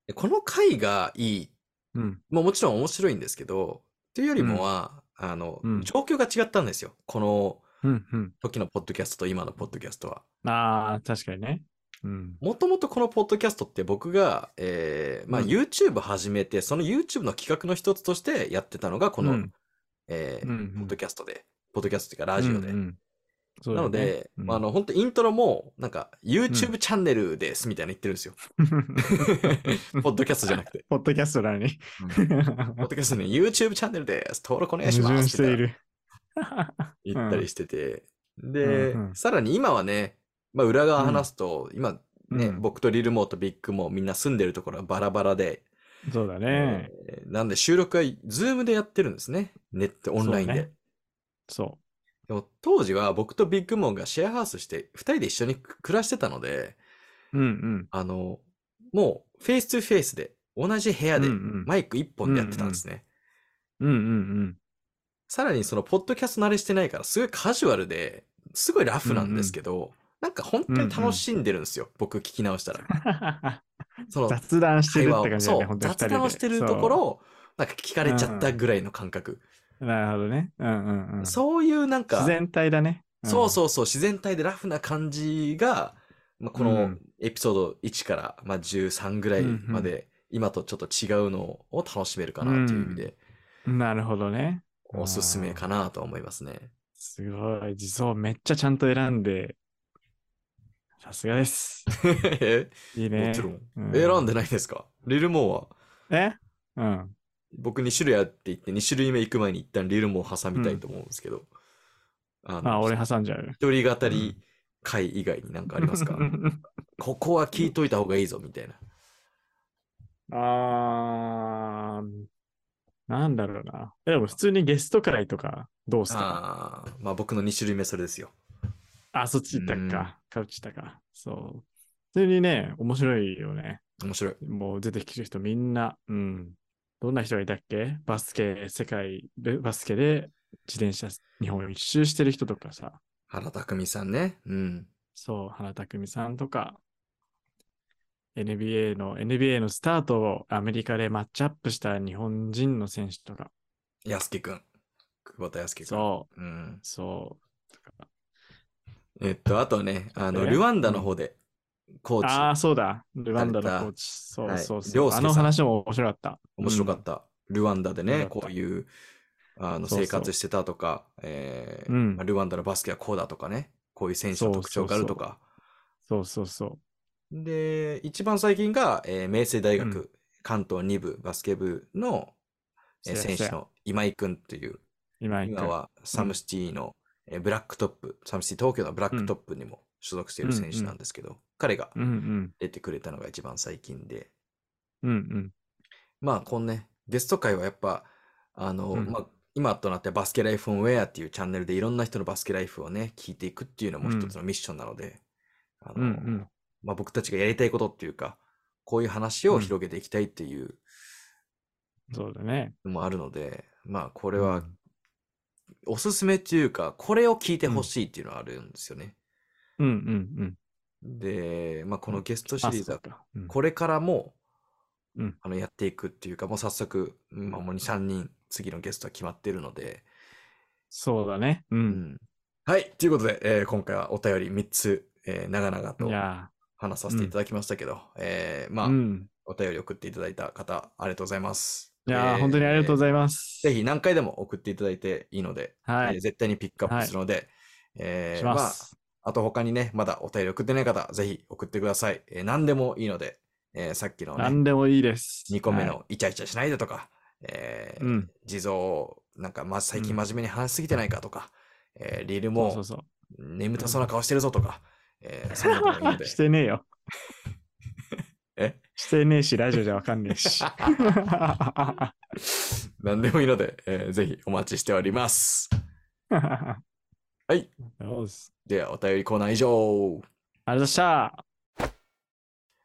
[SPEAKER 1] でこの回がいい、
[SPEAKER 2] うん。うん。
[SPEAKER 1] まあ、もちろん面白いんですけど、というよりもは、あの
[SPEAKER 2] うん、
[SPEAKER 1] 状況が違ったんですよ。この
[SPEAKER 2] うんうん。
[SPEAKER 1] 時のポッドキャストと今のポッドキャストは。
[SPEAKER 2] あー、確かにね。うん。
[SPEAKER 1] もともとこのポッドキャストって僕が、えーまあ、
[SPEAKER 2] うん
[SPEAKER 1] YouTube 始めて、その YouTube の企画の一つとしてやってたのが、この、
[SPEAKER 2] うん
[SPEAKER 1] えー
[SPEAKER 2] うんうん
[SPEAKER 1] ポッドキャストで、ポッドキャストっていうかラジオで。
[SPEAKER 2] うんうんそう
[SPEAKER 1] な
[SPEAKER 2] だ
[SPEAKER 1] の
[SPEAKER 2] よね
[SPEAKER 1] で、
[SPEAKER 2] うん
[SPEAKER 1] まあ、あの、本当イントロも、なんか、YouTube チャンネルですみたいな言ってるんです よ。ポッドキャストじゃなくて。
[SPEAKER 2] ポッドキャストなのに。
[SPEAKER 1] ポッドキャストね、YouTube チャンネルです。登録お願いし
[SPEAKER 2] 矛
[SPEAKER 1] ま
[SPEAKER 2] 盾
[SPEAKER 1] す。
[SPEAKER 2] してい
[SPEAKER 1] み
[SPEAKER 2] る。
[SPEAKER 1] たいな言ったりしてて。で、
[SPEAKER 2] うんうん
[SPEAKER 1] さらに今はね、まあ、裏側話すと、今、ね、
[SPEAKER 2] うん
[SPEAKER 1] 僕とリルモーとビッグモーみんな住んでるところはバラバラで、
[SPEAKER 2] そうだね。
[SPEAKER 1] えーなんで収録は Zoom でやってるんですね。ネット、オンラインで。
[SPEAKER 2] そうねそ
[SPEAKER 1] でも当時は僕とビッグモーがシェアハウスして、2人で一緒に暮らしてたので、
[SPEAKER 2] う。うんうん。
[SPEAKER 1] あの、もうフェイス2フェイスで、同じ部屋で
[SPEAKER 2] うんうん
[SPEAKER 1] マイク1本でやってたんですね。
[SPEAKER 2] うんうん
[SPEAKER 1] さらにそのポッドキャスト慣れしてないから、すごいカジュアルで、すごいラフなんですけど、なんか本当に楽しんでるんですよ。僕聞き直 したら。そ
[SPEAKER 2] う
[SPEAKER 1] の
[SPEAKER 2] ん。雑談して
[SPEAKER 1] 会
[SPEAKER 2] る
[SPEAKER 1] 話を、
[SPEAKER 2] って感じだ
[SPEAKER 1] そ
[SPEAKER 2] ね、
[SPEAKER 1] う、
[SPEAKER 2] 本当に二人
[SPEAKER 1] 雑
[SPEAKER 2] で。
[SPEAKER 1] 談をしてるところを、なんか聞かれちゃったぐらいの感覚。
[SPEAKER 2] そう。なるほどね。うんうんうん。
[SPEAKER 1] そういうなんか、
[SPEAKER 2] 自然体だね。ん
[SPEAKER 1] そうそうそう、自然体でラフな感じが、まあ、こ
[SPEAKER 2] う
[SPEAKER 1] の
[SPEAKER 2] ん
[SPEAKER 1] エピソード1から、まあ、13ぐらいまで、今とちょっと違うのを楽しめるかなという意味で、
[SPEAKER 2] なるほどね。
[SPEAKER 1] おすすめかなとは思いますね。
[SPEAKER 2] すごい。地蔵めっちゃちゃんと選んで。さすがです。いいね。
[SPEAKER 1] もちろん。
[SPEAKER 2] うん
[SPEAKER 1] 選んでないですかリルモーは
[SPEAKER 2] えうん。
[SPEAKER 1] 僕2種類あって言って2種類目行く前に一旦リルモー挟みたいと思うんですけど、あの
[SPEAKER 2] あ、俺挟んじゃう。
[SPEAKER 1] 一人語り会以外に何かあります かここは聞いといた方がいいぞみたいな。
[SPEAKER 2] あー、なんだろうな。えでも普通にゲスト会とかどうすか
[SPEAKER 1] あーまあ僕の2種類目それですよ。
[SPEAKER 2] あそっち行ったか。カウチ行ったか。そう。普通にね、面白いよね。
[SPEAKER 1] 面白い。
[SPEAKER 2] もう出てきてる人みんな、うん。どんな人がいたっけバスケ、世界で、バスケで自転車日本を一周してる人とかさ。
[SPEAKER 1] 原拓海さんね。うん。
[SPEAKER 2] そう、原拓海さんとか、NBA の、NBA のスタートをアメリカでマッチアップした日本人の選手とか、
[SPEAKER 1] 安木くん。久保田安木くん。。
[SPEAKER 2] そう
[SPEAKER 1] ん
[SPEAKER 2] う、、そう、とか
[SPEAKER 1] えっと、あとはね、あの、
[SPEAKER 2] え
[SPEAKER 1] ルワンダの方で、コーチ、
[SPEAKER 2] ああ、そうだ。ルワンダのコ
[SPEAKER 1] 誰か
[SPEAKER 2] ーチ。そ
[SPEAKER 1] は
[SPEAKER 2] う
[SPEAKER 1] い
[SPEAKER 2] そうそ
[SPEAKER 1] 凌介
[SPEAKER 2] う。
[SPEAKER 1] さ
[SPEAKER 2] あ
[SPEAKER 1] ん
[SPEAKER 2] の話も面白かった。
[SPEAKER 1] 面白かった。ルワンダで
[SPEAKER 2] 面
[SPEAKER 1] ね、
[SPEAKER 2] 白かった
[SPEAKER 1] こういう、あの、
[SPEAKER 2] そうそう
[SPEAKER 1] 生活してたとか、えー
[SPEAKER 2] うん
[SPEAKER 1] まあルワンダのバスケはこうだとかね、こういう選手の特徴があるとか。
[SPEAKER 2] そうそうそう。
[SPEAKER 1] で、一番最近が、えー明星大学、
[SPEAKER 2] う
[SPEAKER 1] 関東2部バスケ部の、えー
[SPEAKER 2] そうや
[SPEAKER 1] 選手
[SPEAKER 2] そうや
[SPEAKER 1] の今井くんという、
[SPEAKER 2] 今言っ
[SPEAKER 1] 今
[SPEAKER 2] た。
[SPEAKER 1] はサムシティの、えーブラックトップ、サムシティ東京のブラックトップにも所属している選手なんですけど、彼が
[SPEAKER 2] うんうん。
[SPEAKER 1] 出てくれたのが一番最近で、
[SPEAKER 2] うんうん。
[SPEAKER 1] まあ、このね、ゲスト会はやっぱ、あの、
[SPEAKER 2] うん
[SPEAKER 1] まあ、今となってはバスケライフオンウェアっていうチャンネルでいろんな人のバスケライフをね、聞いていくっていうのも一つのミッションなので、あ
[SPEAKER 2] うん
[SPEAKER 1] の、
[SPEAKER 2] うん。
[SPEAKER 1] まあ、僕たちがやりたいことっていうか、こういう話を広げていきたいっていう
[SPEAKER 2] そうだね。
[SPEAKER 1] のもあるので、まあ、こ
[SPEAKER 2] こ
[SPEAKER 1] れは、おすすめっていうか、これを聞いてほしいっていうのはあるんですよね。
[SPEAKER 2] うんうんうん。
[SPEAKER 1] で、まあ、このゲストシ
[SPEAKER 2] あ
[SPEAKER 1] リーズは
[SPEAKER 2] そう、かうん
[SPEAKER 1] これからも、
[SPEAKER 2] うん
[SPEAKER 1] あのやっていくっていうか、もう早速、まあ、もう2、3人、次のゲストは決まってるので、
[SPEAKER 2] そうだね。う。
[SPEAKER 1] うんん。はい、ということで、えー今回はお便り3つ、えー長々
[SPEAKER 2] い
[SPEAKER 1] と
[SPEAKER 2] や
[SPEAKER 1] 話させていただきましたけど、えーま
[SPEAKER 2] ー、
[SPEAKER 1] あ、
[SPEAKER 2] うん。
[SPEAKER 1] お便り送っていただいた方、ありがとうございます。
[SPEAKER 2] いやー、本当にありがとうご
[SPEAKER 1] い
[SPEAKER 2] ざいます。
[SPEAKER 1] ぜひ何回でも送っていただいていいので、
[SPEAKER 2] はい
[SPEAKER 1] えー絶対にピックアップするので、えー
[SPEAKER 2] しま
[SPEAKER 1] まあ、
[SPEAKER 2] す。
[SPEAKER 1] あと他にね、まだお便り送ってない方、ぜひ送ってください。えー何でもいいので、えーさっきのね、
[SPEAKER 2] 何でもいいです。
[SPEAKER 1] 2個目
[SPEAKER 2] はい。
[SPEAKER 1] のイチャイチャしないでとか、えー
[SPEAKER 2] うん
[SPEAKER 1] 地蔵、なんか、ま、最近真面目に話しすぎてないかとか、えーリルも
[SPEAKER 2] そうそう
[SPEAKER 1] 眠たそうな顔してるぞとか、えーそんなのもいいの
[SPEAKER 2] そ
[SPEAKER 1] で
[SPEAKER 2] う。 してねえよ。
[SPEAKER 1] え
[SPEAKER 2] してねえし、ラジオじゃわかんね えし。
[SPEAKER 1] 何でもいいので、えーぜひお待ちしております。
[SPEAKER 2] はい。よし。
[SPEAKER 1] では、お便りコーナー以上。
[SPEAKER 2] ありがとうございました。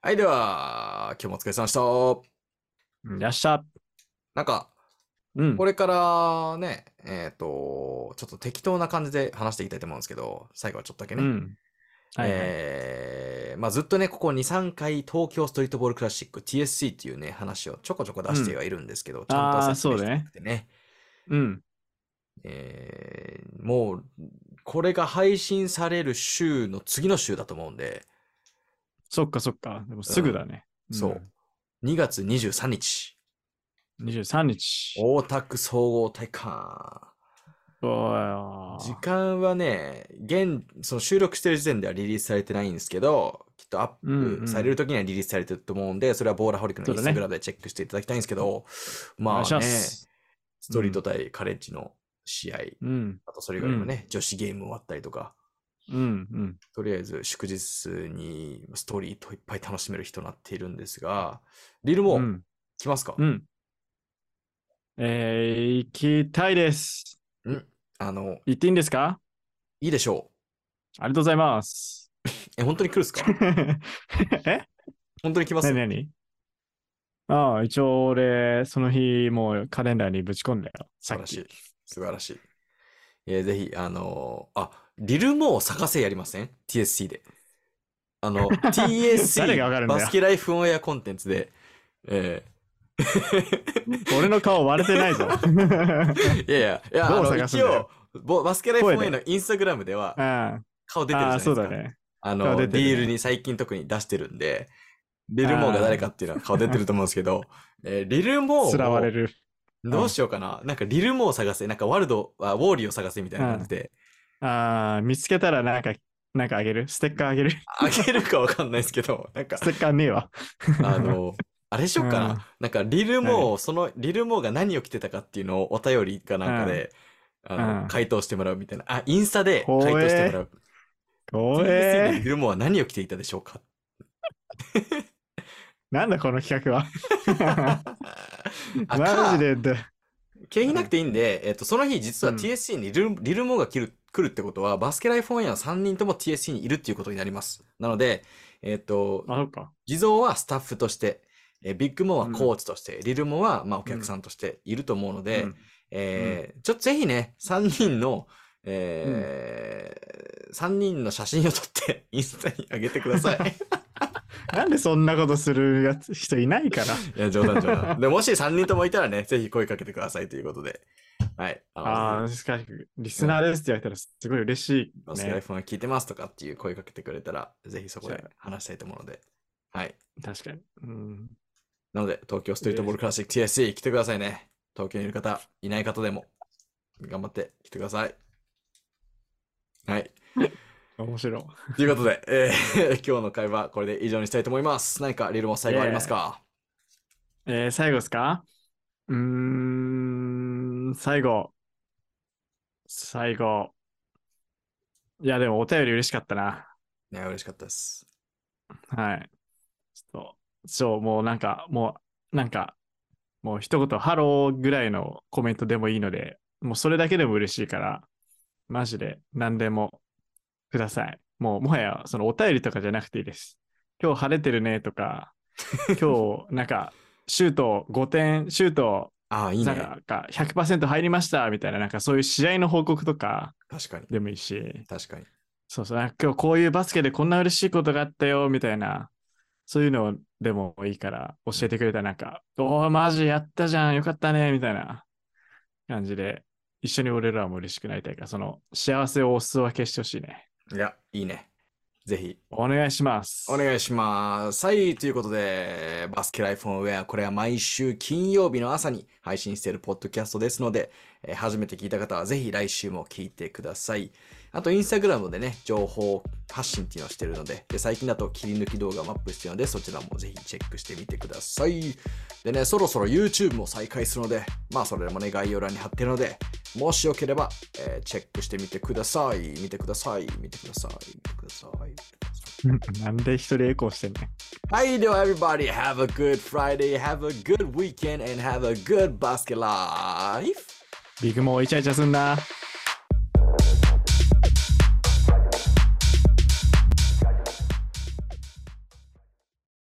[SPEAKER 1] はい、では、今日もお疲れ様でした。
[SPEAKER 2] いらっしゃ。
[SPEAKER 1] なんか、
[SPEAKER 2] うん。
[SPEAKER 1] これからね、えっ、と、ちょっと適当な感じで話していきたいと思うんですけど、最後はちょっとだけね。
[SPEAKER 2] うん。はいはい、
[SPEAKER 1] えーまあ、ずっとね、ここ2、3回、東京ストリートボールクラシック TSC っていうね、話をちょこちょこ出してはいるんですけど、ちゃんと
[SPEAKER 2] あー
[SPEAKER 1] 説明してなくてね。
[SPEAKER 2] うん。
[SPEAKER 1] えーもう、これが配信される週の次の週だと思うんで、
[SPEAKER 2] そっかそっか。でもすぐだね。
[SPEAKER 1] そう。2月23日、
[SPEAKER 2] うん。23日。
[SPEAKER 1] 大田区総合体育館。
[SPEAKER 2] おー
[SPEAKER 1] 時間はね、現、その収録してる時点ではリリースされてないんですけど、きっとア
[SPEAKER 2] うん
[SPEAKER 1] ッ
[SPEAKER 2] う
[SPEAKER 1] プ
[SPEAKER 2] ん
[SPEAKER 1] される時にはリリースされてると思うんで、それはボーラホリックのイ
[SPEAKER 2] そう
[SPEAKER 1] ン
[SPEAKER 2] だ
[SPEAKER 1] ス
[SPEAKER 2] ね
[SPEAKER 1] タグラムでチェックしていただきたいんですけど、
[SPEAKER 2] お
[SPEAKER 1] ま
[SPEAKER 2] 願いし
[SPEAKER 1] あ
[SPEAKER 2] ま
[SPEAKER 1] ね、
[SPEAKER 2] す。
[SPEAKER 1] ストリート対カレッジの試合、
[SPEAKER 2] うん。
[SPEAKER 1] あとそれ以外にもね、女子ゲーム終わったりとか、
[SPEAKER 2] うん。うん。
[SPEAKER 1] とりあえず祝日にストリートいっぱい楽しめる日となっているんですが、リル
[SPEAKER 2] う
[SPEAKER 1] も
[SPEAKER 2] ん。
[SPEAKER 1] 来ますか、
[SPEAKER 2] うん。えー、行きたいです。
[SPEAKER 1] あの、
[SPEAKER 2] 行っていいんですか
[SPEAKER 1] いいでしょ
[SPEAKER 2] ありがとうござい ます。
[SPEAKER 1] う。え、本当に来るっす か
[SPEAKER 2] え
[SPEAKER 1] 本当に来ます
[SPEAKER 2] 何何ああ、一応俺、その日、もうカレンダーにぶち込んだよ。
[SPEAKER 1] 素
[SPEAKER 2] さ
[SPEAKER 1] 晴
[SPEAKER 2] っ
[SPEAKER 1] らし
[SPEAKER 2] き
[SPEAKER 1] い。。素晴らしい。えーぜひ、あのーあ、リルモー探せやりません ?TSC で。あ の、
[SPEAKER 2] 誰がわかる
[SPEAKER 1] TSC
[SPEAKER 2] んだ
[SPEAKER 1] バ
[SPEAKER 2] よ
[SPEAKER 1] スケライフオンエアコンテンツで、え
[SPEAKER 2] 俺の顔割れてな いぞ。
[SPEAKER 1] ーいやいや、いや、
[SPEAKER 2] ど
[SPEAKER 1] あ
[SPEAKER 2] う
[SPEAKER 1] の、
[SPEAKER 2] 探すん
[SPEAKER 1] 一
[SPEAKER 2] だよ
[SPEAKER 1] 応、ぼバスケライフオンエア
[SPEAKER 2] 声
[SPEAKER 1] のインスタグラムでは
[SPEAKER 2] うん、あ
[SPEAKER 1] 顔出てるじゃない
[SPEAKER 2] あ、
[SPEAKER 1] ですか。
[SPEAKER 2] そうだね。
[SPEAKER 1] あ
[SPEAKER 2] 顔
[SPEAKER 1] の、
[SPEAKER 2] 出てるね
[SPEAKER 1] リールに最近特に出してるんで、リルモーが誰かっていうのは顔出てると思うんですけど、えーリルモーを
[SPEAKER 2] すらわれる。
[SPEAKER 1] どうしようかな。なんかリルモを探せ、なんかワルドはウォーリーを探せみたいな感じで、
[SPEAKER 2] ああ、見つけたらなんか、なんかあげるステッカーあげる
[SPEAKER 1] あげるかわかんないですけど、なん か
[SPEAKER 2] ス、テッカーねえわ。
[SPEAKER 1] あの、あれしよっかな。
[SPEAKER 2] うん
[SPEAKER 1] なんかリルモを、そのリルモが何を着てたかっていうのをお便りかなんかで、あの
[SPEAKER 2] うん
[SPEAKER 1] 回答してもらうみたいな。あ、インスタで回答してもらう。
[SPEAKER 2] お
[SPEAKER 1] TSL の
[SPEAKER 2] え
[SPEAKER 1] リルモは何を着ていたでしょう か
[SPEAKER 2] なんだこの企画は。
[SPEAKER 1] あ
[SPEAKER 2] マ
[SPEAKER 1] か
[SPEAKER 2] ジでで。
[SPEAKER 1] 気になくていいんで、えっと、その日実は
[SPEAKER 2] うん
[SPEAKER 1] TSC にリル,、リルモが来る来るってことは、バスケライフォンエア3人とも TSC にいるっていうことになります。なので、えっと、
[SPEAKER 2] あ、そっか。
[SPEAKER 1] 地蔵はスタッフとして、えービッグモアはコーチとして、リルモはまあお客さんとしていると思うので、
[SPEAKER 2] うん
[SPEAKER 1] えーちょっとぜひね、3人の、え3人の写真を撮 ってインスタに上げてください。
[SPEAKER 2] なんでそんなことするやつ人いないか ら。
[SPEAKER 1] いや、冗談冗談。 で、もし3人ともいたらね、ぜひ声かけてくださいということで。はい。
[SPEAKER 2] ああ、
[SPEAKER 1] の、
[SPEAKER 2] しかし、リスナーですって言われたらすごい嬉しい、
[SPEAKER 1] バスケライ
[SPEAKER 2] ね。
[SPEAKER 1] フォンが聞いてますとかっていう声かけてくれたら、ぜひそこで話したいと思うので。はい。
[SPEAKER 2] 確かに。うん。
[SPEAKER 1] なので、東京ストリートボールクラシック TSC 来てくださいね。東京にいる方、いない方でも、頑張って来てください。はい。
[SPEAKER 2] 面白い。
[SPEAKER 1] ということで、えー 今日の会話、これで以上にしたいと思います。何かリルも最後ありますか
[SPEAKER 2] えー、最後ですかうーん、最後。最後。いや、でもお便り嬉しかったな。
[SPEAKER 1] ね、嬉しかったです。
[SPEAKER 2] はい。ちょっと、そう、もうなんか、もう、なんか、もう一言、ハローぐらいのコメントでもいいので、もうそれだけでも嬉しいから、マジで何でもください。もう、もはや、そのお便りとかじゃなくていいです。今日晴れてるね とか、今日、なんか、シュート5点、シュート
[SPEAKER 1] ああ、いい
[SPEAKER 2] なん
[SPEAKER 1] ね。
[SPEAKER 2] かが100%入りましたみたいな、なんかそういう試合の報告とか
[SPEAKER 1] 確かに。
[SPEAKER 2] でもいいし、
[SPEAKER 1] 確かに。
[SPEAKER 2] そうそう、なんか今日こういうバスケでこんな嬉しいことがあったよみたいな、そういうのでもいいから教えてくれたらなんか、おーマジやったじゃん、よかったね、みたいな感じで、一緒に俺らも嬉しくなりたいから、その幸せをお裾分けしてほしいね。
[SPEAKER 1] いや、いいね。ぜひ、
[SPEAKER 2] お願いします。
[SPEAKER 1] お願いします。はい、ということで、バスケライフォンウェア、これは毎週金曜日の朝に配信しているポッドキャストですので、えー初めて聞いた方はぜひ来週も聞いてください。あと、インスタグラムでね、情報発信っていうのをしているのでで、最近だと切り抜き動画もアップしているので、そちらもぜひチェックしてみてください。でね、そろそろ YouTube も再開するので、まあ、それもね、概要欄に貼ってるので、もしよければ、えーチェックしてみてください。見てください。見てください。見てください。
[SPEAKER 2] なんで一人エコーしてんね
[SPEAKER 1] はい、では everybody have a good Friday, have a good weekend and have a good basket life!
[SPEAKER 2] ビッグモーイチャイチャすんな。